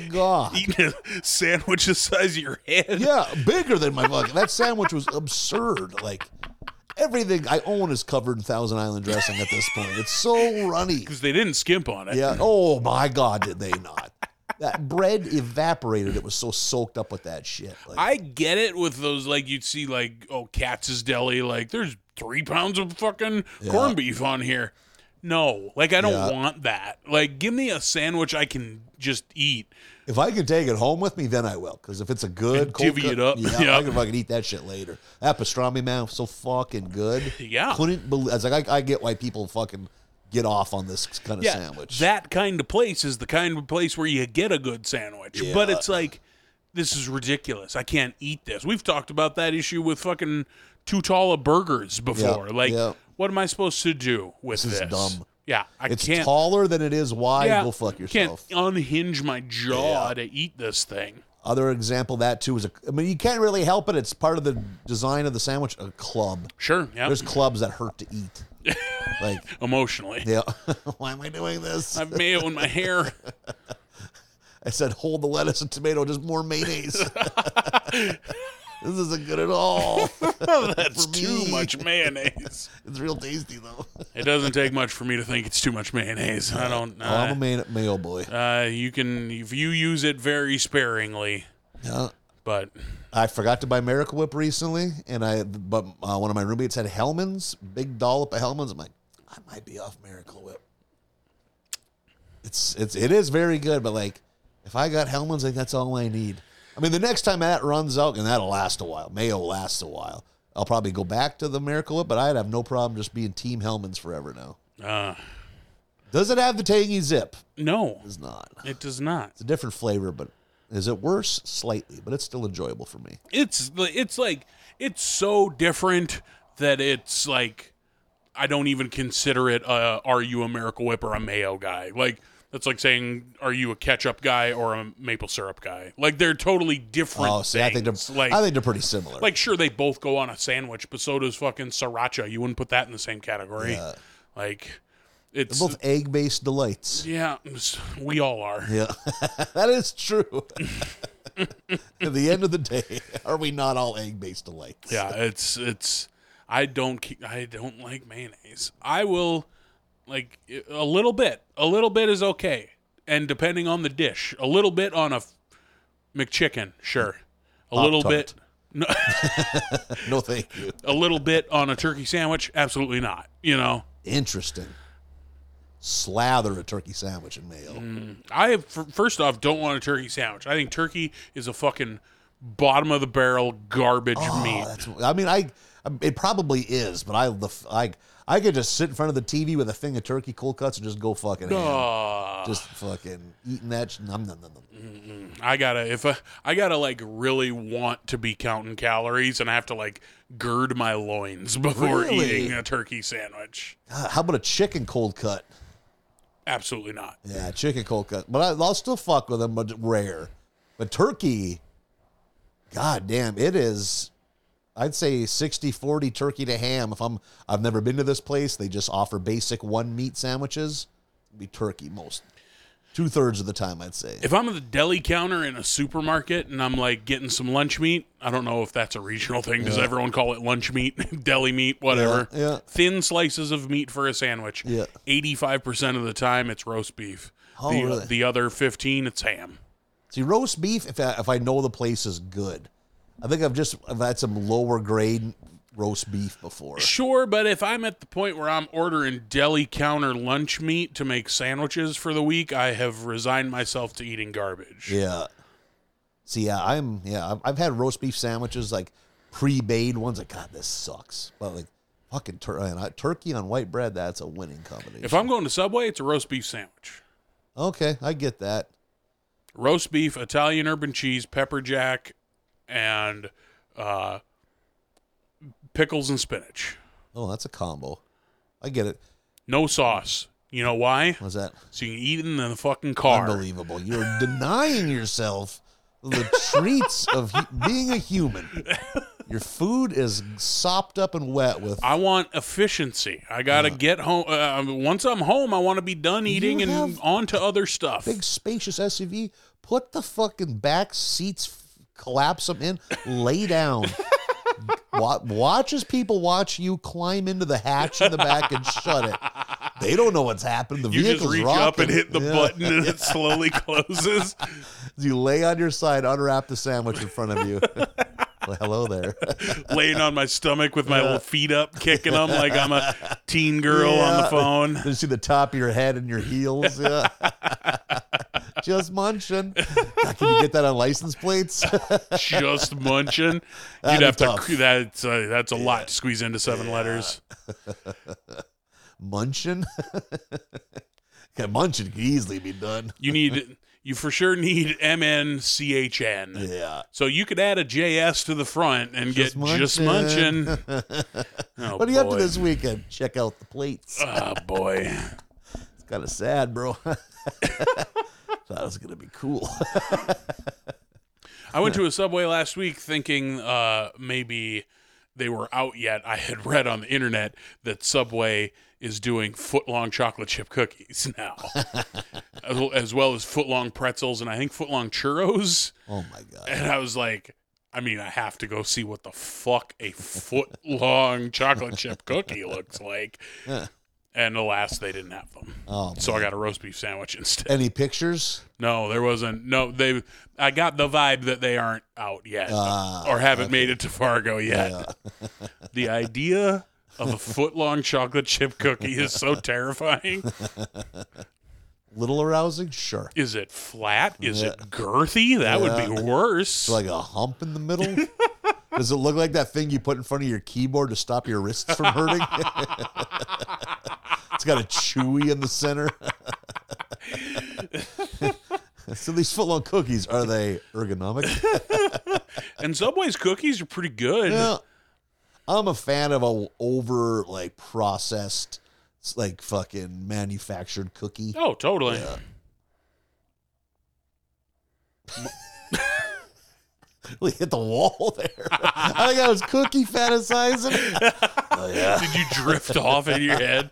Speaker 2: [LAUGHS]
Speaker 3: God.
Speaker 2: Eating a sandwich the size of your head.
Speaker 3: Yeah, bigger than my fucking. That sandwich was absurd. Like everything I own is covered in Thousand Island dressing at this point. It's so runny.
Speaker 2: Because they didn't skimp on it.
Speaker 3: Yeah. Oh my God, did they not? That bread evaporated. It was so soaked up with that shit. Like,
Speaker 2: I get it with those like you'd see like oh Katz's Deli like there's three pounds of fucking corned beef on here. No, like I don't
Speaker 3: Yeah.
Speaker 2: want that. Like give me a sandwich I can just eat.
Speaker 3: if I can take it home with me, then I will. Because if it's a good cold
Speaker 2: divvy it
Speaker 3: cut-
Speaker 2: up.
Speaker 3: yeah,
Speaker 2: Yeah.
Speaker 3: I can fucking eat that shit later. That pastrami man was so fucking good.
Speaker 2: Yeah.
Speaker 3: Couldn't believe. I was like, I, I get why people fucking get off on this kind of sandwich.
Speaker 2: That kind of place is the kind of place where you get a good sandwich. But
Speaker 3: Yeah.
Speaker 2: it's like this is ridiculous. I can't eat this. We've talked about that issue with fucking too tall of burgers before. Like
Speaker 3: yeah.
Speaker 2: what am I supposed to do with this?
Speaker 3: This is dumb.
Speaker 2: Yeah, I
Speaker 3: it's
Speaker 2: can't
Speaker 3: taller than it is wide.
Speaker 2: yeah,
Speaker 3: Go fuck
Speaker 2: you
Speaker 3: yourself.
Speaker 2: Can't unhinge my jaw to eat this thing.
Speaker 3: Other example of that too is a. I mean, you can't really help it. It's part of the design of the sandwich. A club.
Speaker 2: Sure. Yeah.
Speaker 3: There's clubs that hurt to eat.
Speaker 2: [LAUGHS]
Speaker 3: like
Speaker 2: Emotionally.
Speaker 3: Yeah. [LAUGHS] Why am I doing this?
Speaker 2: I have mayo in my
Speaker 3: [LAUGHS]
Speaker 2: hair. [LAUGHS]
Speaker 3: I said, hold the lettuce and tomato, just more mayonnaise. [LAUGHS] this isn't good at all. [LAUGHS]
Speaker 2: That's
Speaker 3: For
Speaker 2: too
Speaker 3: me.
Speaker 2: much mayonnaise.
Speaker 3: it's real tasty, though.
Speaker 2: It doesn't take much for me to think it's too much mayonnaise. I don't
Speaker 3: Oh, I'm
Speaker 2: know.
Speaker 3: a mayo, mayo boy.
Speaker 2: uh, you can if you use it very sparingly,
Speaker 3: Yeah.
Speaker 2: but
Speaker 3: I forgot to buy Miracle Whip recently, and I but uh, one of my roommates had Hellman's, big dollop of Hellman's. I'm like, I might be off Miracle Whip. It's it's it is very good, but like if I got Hellman's, like that's all I need. I mean, the next time that runs out, and that'll last a while. Mayo lasts a while. I'll probably go back to the Miracle Whip, but I'd have no problem just being Team Hellman's forever now.
Speaker 2: Uh,
Speaker 3: Does it have the tangy zip?
Speaker 2: no,
Speaker 3: It's not. It's
Speaker 2: it does not.
Speaker 3: a different flavor, but is it worse? Slightly, but it's still enjoyable for me.
Speaker 2: It's li- it's like it's so different that it's like I don't even consider it. A, are you a Miracle Whip or a Mayo guy? Like that's like saying, are you a ketchup guy or a maple syrup guy? Like they're totally different.
Speaker 3: Oh, see, I think
Speaker 2: things.
Speaker 3: they're
Speaker 2: like
Speaker 3: I think they're pretty similar.
Speaker 2: like sure they both go on a sandwich, but so does fucking sriracha. You wouldn't put that in the same category. Like it's
Speaker 3: both egg based delights.
Speaker 2: yeah, it's- we all are.
Speaker 3: Yeah, [LAUGHS] that is true. [LAUGHS] At the end of the day, [LAUGHS] are we not all egg based delights?
Speaker 2: Yeah, it's it's. I don't ke- I don't like mayonnaise. I will like a little bit. A little bit is okay, and depending on the dish, a little bit on a f- McChicken, sure. A little bit.
Speaker 3: Pop-Tart.
Speaker 2: No,
Speaker 3: No, thank you.
Speaker 2: a little bit on a turkey sandwich, absolutely not. You know,
Speaker 3: Interesting. Slather a turkey sandwich in mayo.
Speaker 2: Mm. I f- first off don't want a turkey sandwich. I think turkey is a fucking bottom of the barrel garbage
Speaker 3: Oh,
Speaker 2: meat.
Speaker 3: that's, I mean, I um, it probably is, but I the f- I I could just sit in front of the TV with a thing of turkey cold cuts and just go fucking ham.
Speaker 2: Ah.
Speaker 3: just fucking eating that. sh- Nom, nom, nom, nom.
Speaker 2: I gotta if I, I gotta like really want to be counting calories and I have to like gird my loins [LAUGHS] before
Speaker 3: Really?
Speaker 2: eating a turkey sandwich.
Speaker 3: Ah, How about a chicken cold cut?
Speaker 2: Absolutely not.
Speaker 3: Yeah, chicken cold cut. But I, I'll still fuck with them, but rare. But turkey, god damn, it is. I'd say 60 40 turkey to ham. If I'm, I've never been to this place. They just offer basic one meat sandwiches. It'd be turkey most, two thirds of the time, I'd say.
Speaker 2: If I'm at the deli counter in a supermarket and I'm like getting some lunch meat, I don't know if that's a regional thing. Does everyone call it lunch meat, [LAUGHS] deli meat, whatever?
Speaker 3: Yeah, yeah.
Speaker 2: Thin slices of meat for a sandwich.
Speaker 3: Yeah.
Speaker 2: 85% of the time it's roast beef.
Speaker 3: Oh,
Speaker 2: the,
Speaker 3: really?
Speaker 2: the other 15 it's ham.
Speaker 3: See, roast beef, if I, if I know the place is good, I think I've just, I've had some lower grade roast beef before.
Speaker 2: Sure, but if I'm at the point where I'm ordering deli counter lunch meat to make sandwiches for the week, I have resigned myself to eating garbage.
Speaker 3: Yeah. See, yeah, I'm yeah, I've, I've had roast beef sandwiches like pre-made ones. Like, God, this sucks. But like, fucking tur- man, I, turkey on white bread, that's a winning combination.
Speaker 2: If I'm going to Subway, it's a roast beef sandwich.
Speaker 3: okay, I get that.
Speaker 2: Roast beef, Italian urban cheese, pepper jack, and uh, pickles and spinach.
Speaker 3: Oh, that's a combo. I get it.
Speaker 2: No sauce. You know why?
Speaker 3: What's that?
Speaker 2: So you can eat it in the fucking car.
Speaker 3: Unbelievable. You're denying yourself the treats of hu- being a human. Your food is sopped up and wet with.
Speaker 2: I want efficiency. I gotta get home. Uh, once I'm home, I want to be done eating and
Speaker 3: have
Speaker 2: on to other stuff.
Speaker 3: big spacious SUV. Put the fucking back seats, f- collapse them in, lay
Speaker 2: [LAUGHS]
Speaker 3: down. Wa- Watch as people watch you climb into the hatch in the back and shut it. They don't know what's happened. The
Speaker 2: You just
Speaker 3: vehicle's
Speaker 2: reach
Speaker 3: rocking.
Speaker 2: up and hit the
Speaker 3: Yeah.
Speaker 2: button and
Speaker 3: [LAUGHS]
Speaker 2: it slowly closes.
Speaker 3: You lay on your side, unwrap the sandwich in
Speaker 2: [LAUGHS]
Speaker 3: front of you. well, hello there. [LAUGHS]
Speaker 2: Laying on my stomach with my little feet up, kicking them like I'm a teen girl on the
Speaker 3: Yeah.
Speaker 2: phone.
Speaker 3: you see the top of your head and your heels.
Speaker 2: [LAUGHS]
Speaker 3: Yeah. just munching. God, can you get that on
Speaker 2: [LAUGHS]
Speaker 3: license plates?
Speaker 2: Just munching. You'd
Speaker 3: That'd be
Speaker 2: have to.
Speaker 3: tough.
Speaker 2: That's uh, that's a lot to squeeze into seven letters.
Speaker 3: munching. [LAUGHS] yeah, munching could easily be done.
Speaker 2: You need. You for sure need M N C H N.
Speaker 3: Yeah.
Speaker 2: So you could add a JS to the front and get just
Speaker 3: munchin'. [LAUGHS]
Speaker 2: munching. Oh,
Speaker 3: What are you up to
Speaker 2: boy.
Speaker 3: this weekend? Check out the plates.
Speaker 2: Oh boy.
Speaker 3: It's kind of sad, bro. [LAUGHS] Thought it was gonna be cool. [LAUGHS]
Speaker 2: I went to a subway last week thinking uh, maybe they were out yet. I had read on the internet that Subway is doing footlong chocolate chip cookies [LAUGHS] now, as, well, as well as footlong pretzels and I think footlong churros.
Speaker 3: oh my god.
Speaker 2: And I was like, I mean, I have to go see what the fuck a footlong chocolate chip cookie looks like. And alas, they didn't have them.
Speaker 3: Oh.
Speaker 2: So I got a roast beef sandwich instead.
Speaker 3: Any pictures?
Speaker 2: No, there wasn't. No, they. I got the vibe that they aren't out yet,
Speaker 3: Ah,
Speaker 2: or haven't made it to Fargo yet. [LAUGHS] the idea of a foot long chocolate chip cookie is so terrifying.
Speaker 3: Little arousing, sure.
Speaker 2: Is it flat? Is it girthy? That would be worse.
Speaker 3: Like a hump in the middle. Does it look like that thing you put in front of your keyboard to stop your wrists from hurting? [LAUGHS] it's got a chewy in the center. [LAUGHS] so these footlong cookies are they ergonomic?
Speaker 2: and Subway's cookies are pretty good.
Speaker 3: Yeah. I'm a fan of a over like processed s- like fucking manufactured cookie. [LAUGHS]
Speaker 2: Oh, totally.
Speaker 3: Like hit the wall there. I think I was cookie fantasizing. Oh, yeah.
Speaker 2: Did you
Speaker 3: [LAUGHS]
Speaker 2: drift off in your head?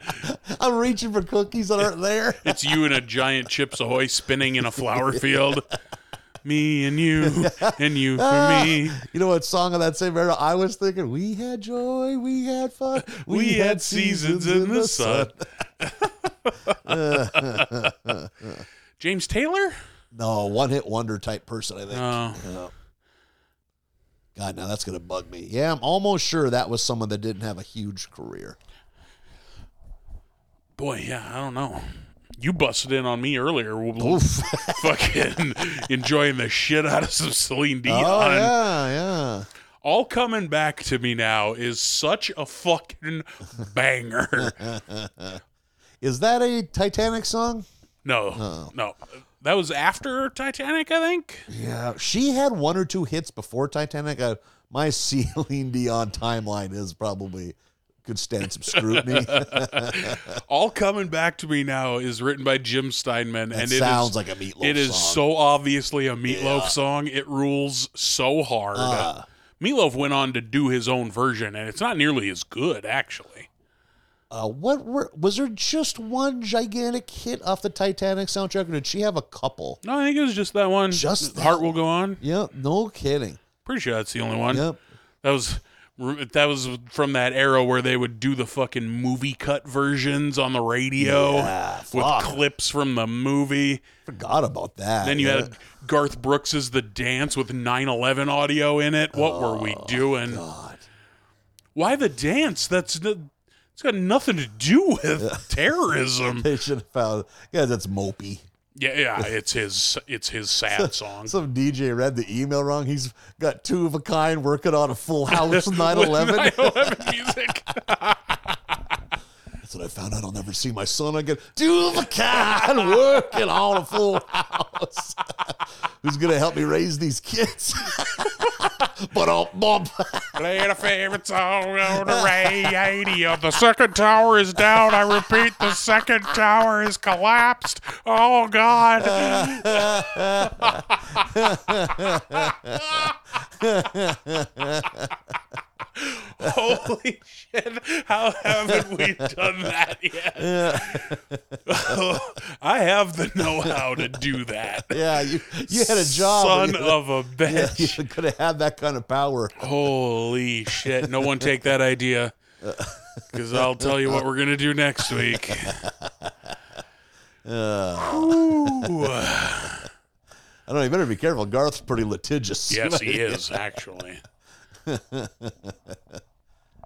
Speaker 3: I'm reaching for cookies that aren't there.
Speaker 2: It's you and a giant Chips Ahoy spinning in a flower
Speaker 3: [LAUGHS]
Speaker 2: field. Me and you, and you for me.
Speaker 3: You know what song of that same era I was thinking? We had joy, we had fun,
Speaker 2: We, had, seasons, in the sun. [LAUGHS] James Taylor?
Speaker 3: No, one hit wonder type person, I think.
Speaker 2: Oh.
Speaker 3: Yeah. God, now that's gonna bug me. Yeah, I'm almost sure that was someone that didn't have a huge career.
Speaker 2: Boy, yeah, I don't know. You busted in on me earlier. w-
Speaker 3: Oof.
Speaker 2: [LAUGHS] Fucking enjoying the shit out of some Celine Dion.
Speaker 3: Oh yeah, yeah.
Speaker 2: All coming back to me now is such a fucking banger. [LAUGHS]
Speaker 3: Is that a Titanic song?
Speaker 2: No, no. That was after Titanic, I think.
Speaker 3: Yeah, she had one or two hits before Titanic. Uh, my [LAUGHS] Celine Dion timeline is probably could stand some scrutiny.
Speaker 2: All coming back to me now is written by Jim Steinman,
Speaker 3: That
Speaker 2: and it is
Speaker 3: sounds like a meatloaf.
Speaker 2: it is
Speaker 3: song.
Speaker 2: so obviously a Meatloaf song. It rules so hard.
Speaker 3: Uh.
Speaker 2: Meatloaf went on to do his own version, and it's not nearly as good, actually.
Speaker 3: Uh, what were was there just one gigantic hit off the Titanic soundtrack, or did she have a couple?
Speaker 2: No, I think it was just that one.
Speaker 3: Just that
Speaker 2: Heart Will Go On.
Speaker 3: Yeah, no kidding.
Speaker 2: Pretty sure that's the only one.
Speaker 3: Yep.
Speaker 2: That was that was from that era where they would do the fucking movie cut versions on the radio
Speaker 3: Yeah,
Speaker 2: with
Speaker 3: fuck.
Speaker 2: clips from the movie.
Speaker 3: Forgot about that.
Speaker 2: Then you
Speaker 3: yeah.
Speaker 2: had Garth Brooks's The Dance with 9/11 audio in it. What were we doing?
Speaker 3: Oh, God. [LAUGHS]
Speaker 2: Why the dance? That's n- it's got nothing to do with [LAUGHS]
Speaker 3: [LAUGHS]
Speaker 2: terrorism.
Speaker 3: They should have found guys. That's mopey.
Speaker 2: Yeah, yeah, it's his it's his sad
Speaker 3: [LAUGHS]
Speaker 2: song.
Speaker 3: Some DJ read the email wrong. He's got two of a kind working on
Speaker 2: [LAUGHS]
Speaker 3: a full house 911.
Speaker 2: 9/11 music.
Speaker 3: That's what I found out. I'll never see my son again. Two of a kind [LAUGHS] working on a full house. [LAUGHS] Who's going to help me raise these kids? [LAUGHS] but I'll bump. [LAUGHS]
Speaker 2: Play the favorite song on the radio. The second tower is down. I repeat, the second tower is collapsed. Oh God! Holy shit! How haven't we done that yet? [LAUGHS] I have the know-how to do that.
Speaker 3: Yeah, you, you had a job. where
Speaker 2: Son
Speaker 3: you-
Speaker 2: of [LAUGHS] a bitch.
Speaker 3: [LAUGHS] you could have had that kind of power.
Speaker 2: Holy shit. No one take that idea. Because I'll tell you what we're going to do next week. Ooh.
Speaker 3: I don't know. You better be careful. Garth's pretty litigious.
Speaker 2: Yes, he is, actually.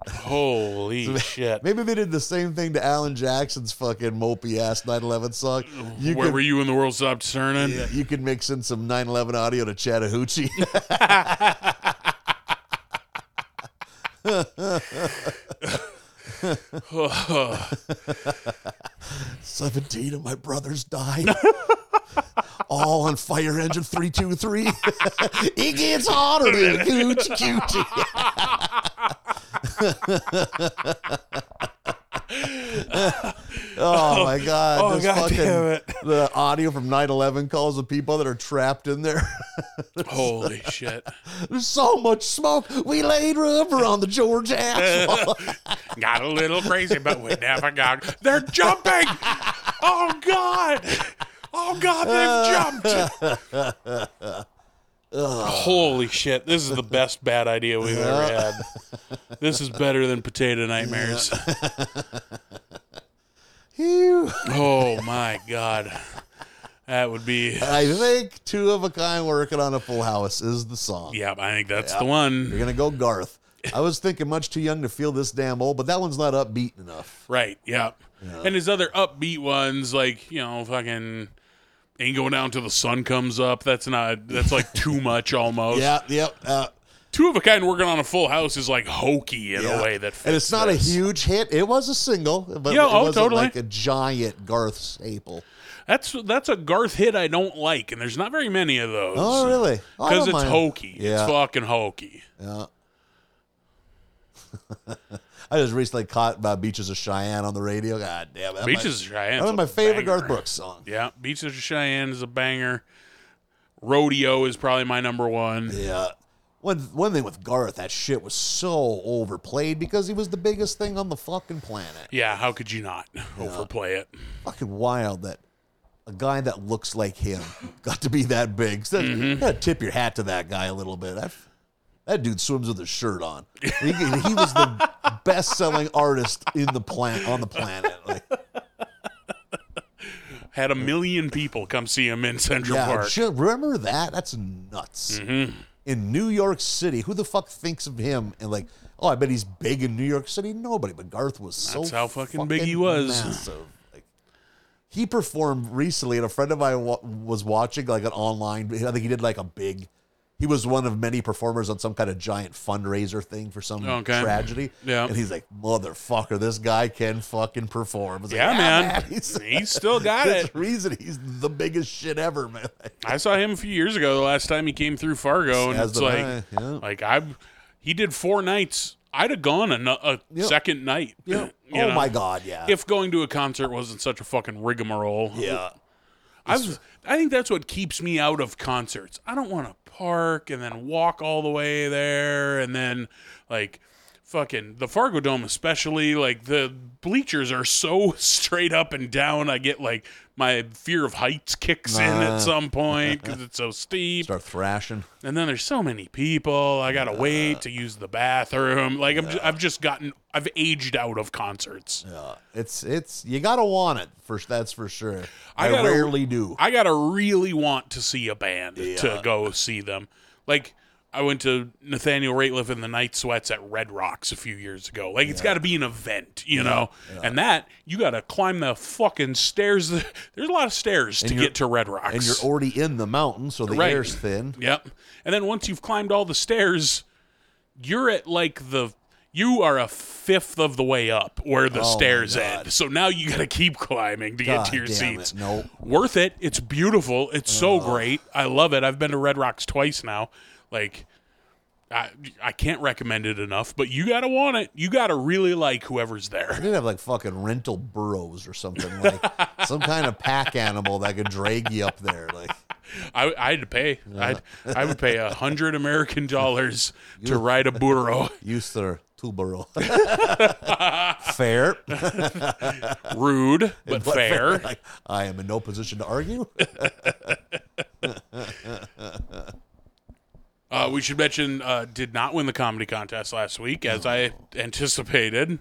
Speaker 2: Holy shit.
Speaker 3: [LAUGHS] Maybe they did the same thing to Alan Jackson's fucking mopey ass 911
Speaker 2: [LAUGHS]
Speaker 3: song. You
Speaker 2: Where
Speaker 3: could,
Speaker 2: were you when the world stopped turning?
Speaker 3: yeah, you could mix in some 911 audio to
Speaker 2: [LAUGHS]
Speaker 3: Chattahoochee. Seventeen of my brothers died. All on fire engine three two three. [LAUGHS] It gets hotter than coochie coochie. [LAUGHS] Oh my god!
Speaker 2: oh,
Speaker 3: this
Speaker 2: God
Speaker 3: fucking-
Speaker 2: damn it.
Speaker 3: The audio from 9/11 calls the people that are trapped in there.
Speaker 2: [SIGHS]
Speaker 3: [LAUGHS]
Speaker 2: Holy shit.
Speaker 3: There's so much smoke. We laid rubber on the George asshole.
Speaker 2: [LAUGHS] Got a little crazy, but we never got. They're jumping! Oh, God! Oh, God, they've jumped! Holy shit, this is the best bad idea we've ever had. This is better than potato nightmares.
Speaker 3: Phew.
Speaker 2: Oh, my God. That would be.
Speaker 3: I think two of a kind working on a full house is the song.
Speaker 2: Yeah, I think that's the one.
Speaker 3: You're gonna go Garth. I was thinking much too young to feel this damn old, but that one's not upbeat enough.
Speaker 2: Right. Yeah. And his other upbeat ones, like you know, fucking ain't going down till the sun comes up. That's not. That's like too much almost.
Speaker 3: Yeah, yep. Uh,
Speaker 2: Two of a kind working on a full house is like hokey in
Speaker 3: yeah.
Speaker 2: a way that. Fits
Speaker 3: and it's not
Speaker 2: this.
Speaker 3: a huge hit. It was a single, but
Speaker 2: Yeah,
Speaker 3: it
Speaker 2: oh,
Speaker 3: wasn't
Speaker 2: totally.
Speaker 3: like a giant Garth staple.
Speaker 2: That's that's a Garth hit I don't like, and there's not very many of those.
Speaker 3: Oh, really? Oh, I
Speaker 2: Because
Speaker 3: don't
Speaker 2: it's
Speaker 3: mind.
Speaker 2: hokey.
Speaker 3: Yeah,
Speaker 2: It's fucking hokey.
Speaker 3: yeah. I just recently caught uh, "Beaches of Cheyenne" on the radio. God damn it!
Speaker 2: Beaches of Cheyenne.
Speaker 3: One of my favorite Garth Brooks songs.
Speaker 2: Yeah, Beaches of Cheyenne is a banger. Rodeo is probably my number one.
Speaker 3: Yeah. One, one thing with Garth, that shit was so overplayed because he was the biggest thing on the fucking planet.
Speaker 2: Yeah, how could you not overplay it?
Speaker 3: Fucking wild that a guy that looks like him [LAUGHS] got to be that big. So you gotta tip your hat to that guy a little bit. That, that dude swims with his shirt on. He, he was the best selling artist in the plan, on the planet. Like,
Speaker 2: Had a million people come see him in Central
Speaker 3: yeah,
Speaker 2: Park.
Speaker 3: shit, remember that? That's nuts.
Speaker 2: Mm-hmm.
Speaker 3: In New York City, who the fuck thinks of him and like, oh, I bet he's big in New York City? Nobody, but Garth was so
Speaker 2: That's how fucking big he was.
Speaker 3: massive. Like, he performed recently, and a friend of mine wa- was watching like an online. I think he did like a big. He was one of many performers on some kind of giant fundraiser thing for some
Speaker 2: Oh, Okay.
Speaker 3: tragedy.
Speaker 2: Yeah.
Speaker 3: and he's like, "Motherfucker, this guy can fucking perform." I was like,
Speaker 2: Yeah, man.
Speaker 3: He's,
Speaker 2: He's
Speaker 3: [LAUGHS]
Speaker 2: still got
Speaker 3: that's
Speaker 2: it.
Speaker 3: the reason he's the biggest shit ever, man. [LAUGHS]
Speaker 2: I saw him a few years ago. The last time he came through Fargo, and
Speaker 3: As
Speaker 2: it's
Speaker 3: did
Speaker 2: like,
Speaker 3: I, yeah.
Speaker 2: like I, he did four nights. I'd have gone a, nu- a
Speaker 3: Yep.
Speaker 2: second night.
Speaker 3: [CLEARS THROAT] Yeah.
Speaker 2: you
Speaker 3: oh
Speaker 2: know?
Speaker 3: my god, yeah.
Speaker 2: If going to a concert wasn't such a fucking rigmarole,
Speaker 3: yeah.
Speaker 2: I've, I think that's what keeps me out of concerts. I don't want to park and then walk all the way there and then like fucking the Fargo Dome especially like the bleachers are so [LAUGHS] straight up and down. I get like my fear of heights kicks in
Speaker 3: Nah.
Speaker 2: at some point cuz it's so steep.
Speaker 3: Start thrashing.
Speaker 2: And then there's so many people. I got to wait to use the bathroom. Like I'm ju- I've just gotten I've aged out of concerts.
Speaker 3: Yeah. Uh, It's it's you gotta want it for that's for sure.
Speaker 2: I
Speaker 3: I,
Speaker 2: gotta-
Speaker 3: rarely do.
Speaker 2: I gotta really want to see a band to
Speaker 3: Yeah.
Speaker 2: go see them. Like I went to Nathaniel Rateliff and the Night Sweats at Red Rocks a few years ago. Like it's got to be an event, you know. And that you got to climb the fucking stairs. [LAUGHS] There's a lot of stairs to
Speaker 3: you're-
Speaker 2: get to Red Rocks.
Speaker 3: and you're already in the mountain, so the
Speaker 2: Right.
Speaker 3: air's thin.
Speaker 2: Yep. And then once you've climbed all the stairs, you're at like the you are a fifth of the way up where the
Speaker 3: Oh, my
Speaker 2: stairs
Speaker 3: God.
Speaker 2: end. So now you got to keep climbing to get
Speaker 3: God
Speaker 2: to your
Speaker 3: damn it,
Speaker 2: seats.
Speaker 3: no.
Speaker 2: Worth it. It's beautiful. It's so great. I love it. I've been to Red Rocks twice now. Like I I can't recommend it enough, but you got to want it. You got to really like whoever's there.
Speaker 3: They did have like fucking rental burros or something,
Speaker 2: [LAUGHS]
Speaker 3: like some kind of pack animal that could drag you up there. Like
Speaker 2: I I had to pay. I'd,
Speaker 3: Uh-huh.
Speaker 2: I would pay a hundred American
Speaker 3: [LAUGHS]
Speaker 2: dollars to ride a burro.
Speaker 3: use their two
Speaker 2: [LAUGHS]
Speaker 3: burro. fair. But,
Speaker 2: Rude, but, fair.
Speaker 3: [LAUGHS] Like, I am in no position to argue.
Speaker 2: Uh, we should mention uh, did not win the comedy contest last week, as I anticipated.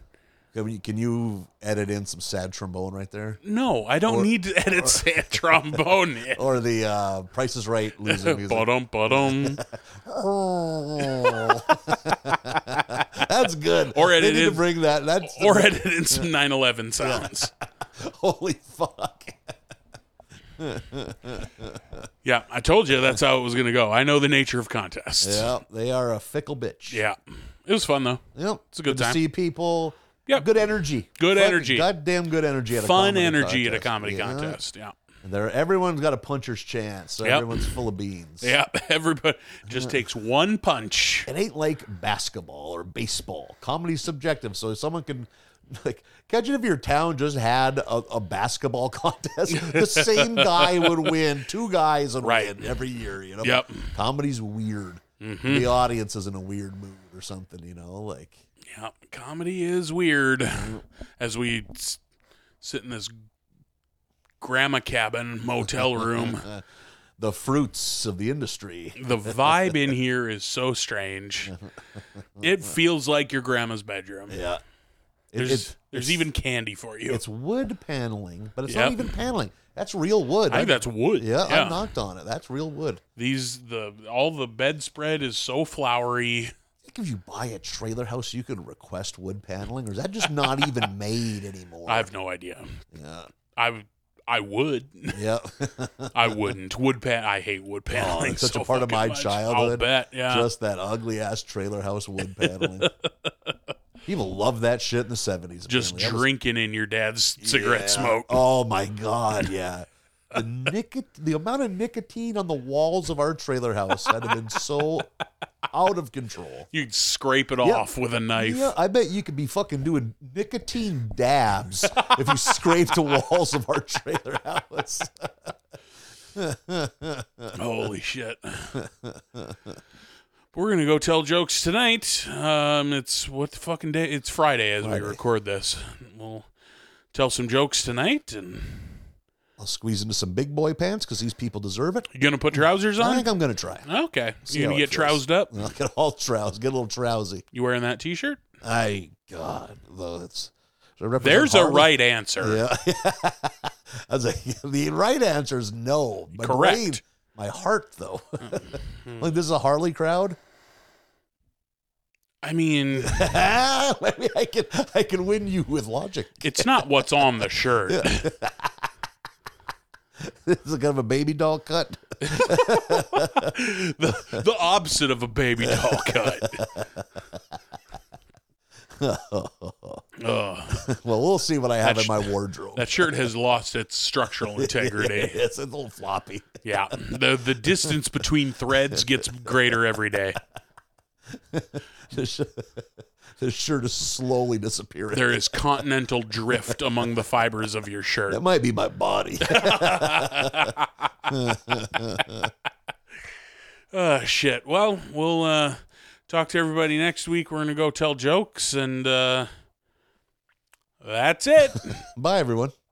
Speaker 3: Can you, can you edit in some sad trombone right there?
Speaker 2: No, I don't need to edit sad
Speaker 3: [LAUGHS]
Speaker 2: trombone. in.
Speaker 3: Or the uh, Price is Right
Speaker 2: [LAUGHS]
Speaker 3: losing music.
Speaker 2: Ba-dum,
Speaker 3: [LAUGHS]
Speaker 2: ba-dum.
Speaker 3: Oh. That's good.
Speaker 2: Or
Speaker 3: they
Speaker 2: edit
Speaker 3: need to
Speaker 2: in-
Speaker 3: bring that. That's
Speaker 2: or edit in some 9/11 sounds.
Speaker 3: holy fuck.
Speaker 2: Yeah, I told you that's how it was going to go. I know the nature of contests.
Speaker 3: Yeah, they are a fickle bitch.
Speaker 2: Yeah. it was fun though.
Speaker 3: yep. It's
Speaker 2: a good time.
Speaker 3: to see people.
Speaker 2: Yep.
Speaker 3: good energy.
Speaker 2: Good
Speaker 3: Fucking
Speaker 2: energy.
Speaker 3: Goddamn good energy at a
Speaker 2: Fun
Speaker 3: comedy
Speaker 2: energy
Speaker 3: contest.
Speaker 2: at a comedy
Speaker 3: Yeah.
Speaker 2: contest. Yeah,
Speaker 3: There, everyone's got a puncher's chance. So
Speaker 2: Yep.
Speaker 3: Everyone's full of beans.
Speaker 2: yeah. [LAUGHS] Everybody just takes one punch.
Speaker 3: It ain't like basketball or baseball. Comedy's subjective, so someone can. Like, imagine if your town just had a, a basketball [LAUGHS] contest. The same guy would win. Two guys would
Speaker 2: Right.
Speaker 3: win every year. You know,
Speaker 2: Yep. Mm-hmm.
Speaker 3: Comedy's weird. The audience is in a weird mood or something. You know, like
Speaker 2: Yeah, comedy is weird.
Speaker 3: Mm-hmm.
Speaker 2: As we s- sit in this grandma cabin motel room,
Speaker 3: the fruits of the industry.
Speaker 2: the vibe in here is so strange.
Speaker 3: [LAUGHS]
Speaker 2: It feels like your grandma's bedroom.
Speaker 3: Yeah, It-
Speaker 2: There's
Speaker 3: it's,
Speaker 2: there's even candy for you.
Speaker 3: it's wood paneling, but it's
Speaker 2: Yep.
Speaker 3: not even paneling. That's real wood.
Speaker 2: I think that's wood.
Speaker 3: yeah, I knocked on it. That's real wood.
Speaker 2: These the all the bedspread is so flowery.
Speaker 3: You like if you buy a trailer house, you can request wood paneling, or is that just not
Speaker 2: [LAUGHS]
Speaker 3: even made anymore?
Speaker 2: I have no idea.
Speaker 3: yeah,
Speaker 2: I would- I would.
Speaker 3: [LAUGHS] yeah.
Speaker 2: I wouldn't. Wood pan. I hate wood paneling.
Speaker 3: it's such
Speaker 2: so
Speaker 3: a part of
Speaker 2: fucking
Speaker 3: my
Speaker 2: much. I'll
Speaker 3: childhood.
Speaker 2: bet. Yeah.
Speaker 3: just that ugly ass trailer house wood
Speaker 2: [LAUGHS]
Speaker 3: paneling. People loved that shit in the seventies.
Speaker 2: just drinking in your dad's cigarette smoke.
Speaker 3: Oh
Speaker 2: [LAUGHS]
Speaker 3: my god, yeah. The nicot- the amount of nicotine on the walls of our trailer house had been so out of control.
Speaker 2: You'd scrape it off with a knife.
Speaker 3: Yeah, I bet you could be fucking doing nicotine dabs if you scraped the walls of our trailer house.
Speaker 2: [LAUGHS] Holy
Speaker 3: [LAUGHS]
Speaker 2: shit. We're gonna go tell jokes tonight. Um, it's what the fucking day? It's Friday as we record this. We'll tell some jokes tonight, and
Speaker 3: I'll squeeze into some big boy pants because these people deserve it.
Speaker 2: you gonna put trousers
Speaker 3: I
Speaker 2: on?
Speaker 3: think I'm gonna try.
Speaker 2: Okay,
Speaker 3: See
Speaker 2: you
Speaker 3: how
Speaker 2: gonna
Speaker 3: it
Speaker 2: get
Speaker 3: feels.
Speaker 2: troused up?
Speaker 3: I'll [LAUGHS] get all troused, get a little trousy.
Speaker 2: You wearing that t-shirt?
Speaker 3: I God, though it's does it represent
Speaker 2: There's a
Speaker 3: Harlem?
Speaker 2: right answer.
Speaker 3: [LAUGHS] Yeah, I was like, [LAUGHS] the right answer is no. My
Speaker 2: Correct. Mm-hmm.
Speaker 3: my heart, though, [LAUGHS] like this is a Harley crowd. [LAUGHS]
Speaker 2: I mean,
Speaker 3: Maybe I can I can win you with logic. [LAUGHS]
Speaker 2: it's not what's on the shirt.
Speaker 3: This is kind of a baby doll cut. [LAUGHS]
Speaker 2: [LAUGHS] The, the opposite of a baby doll cut. Ugh.
Speaker 3: well, we'll see what I have
Speaker 2: That's-
Speaker 3: in my wardrobe.
Speaker 2: that shirt has lost its structural integrity.
Speaker 3: [LAUGHS] it's a little floppy. [LAUGHS]
Speaker 2: Yeah, the the distance between threads gets greater every day.
Speaker 3: This, sh- [LAUGHS] this shirt is slowly disappearing.
Speaker 2: There is continental drift among the fibers of your shirt.
Speaker 3: that might be my body.
Speaker 2: Oh shit. Well, we'll uh, talk to everybody next week. We're gonna go tell jokes, and uh, that's it.
Speaker 3: Bye, everyone.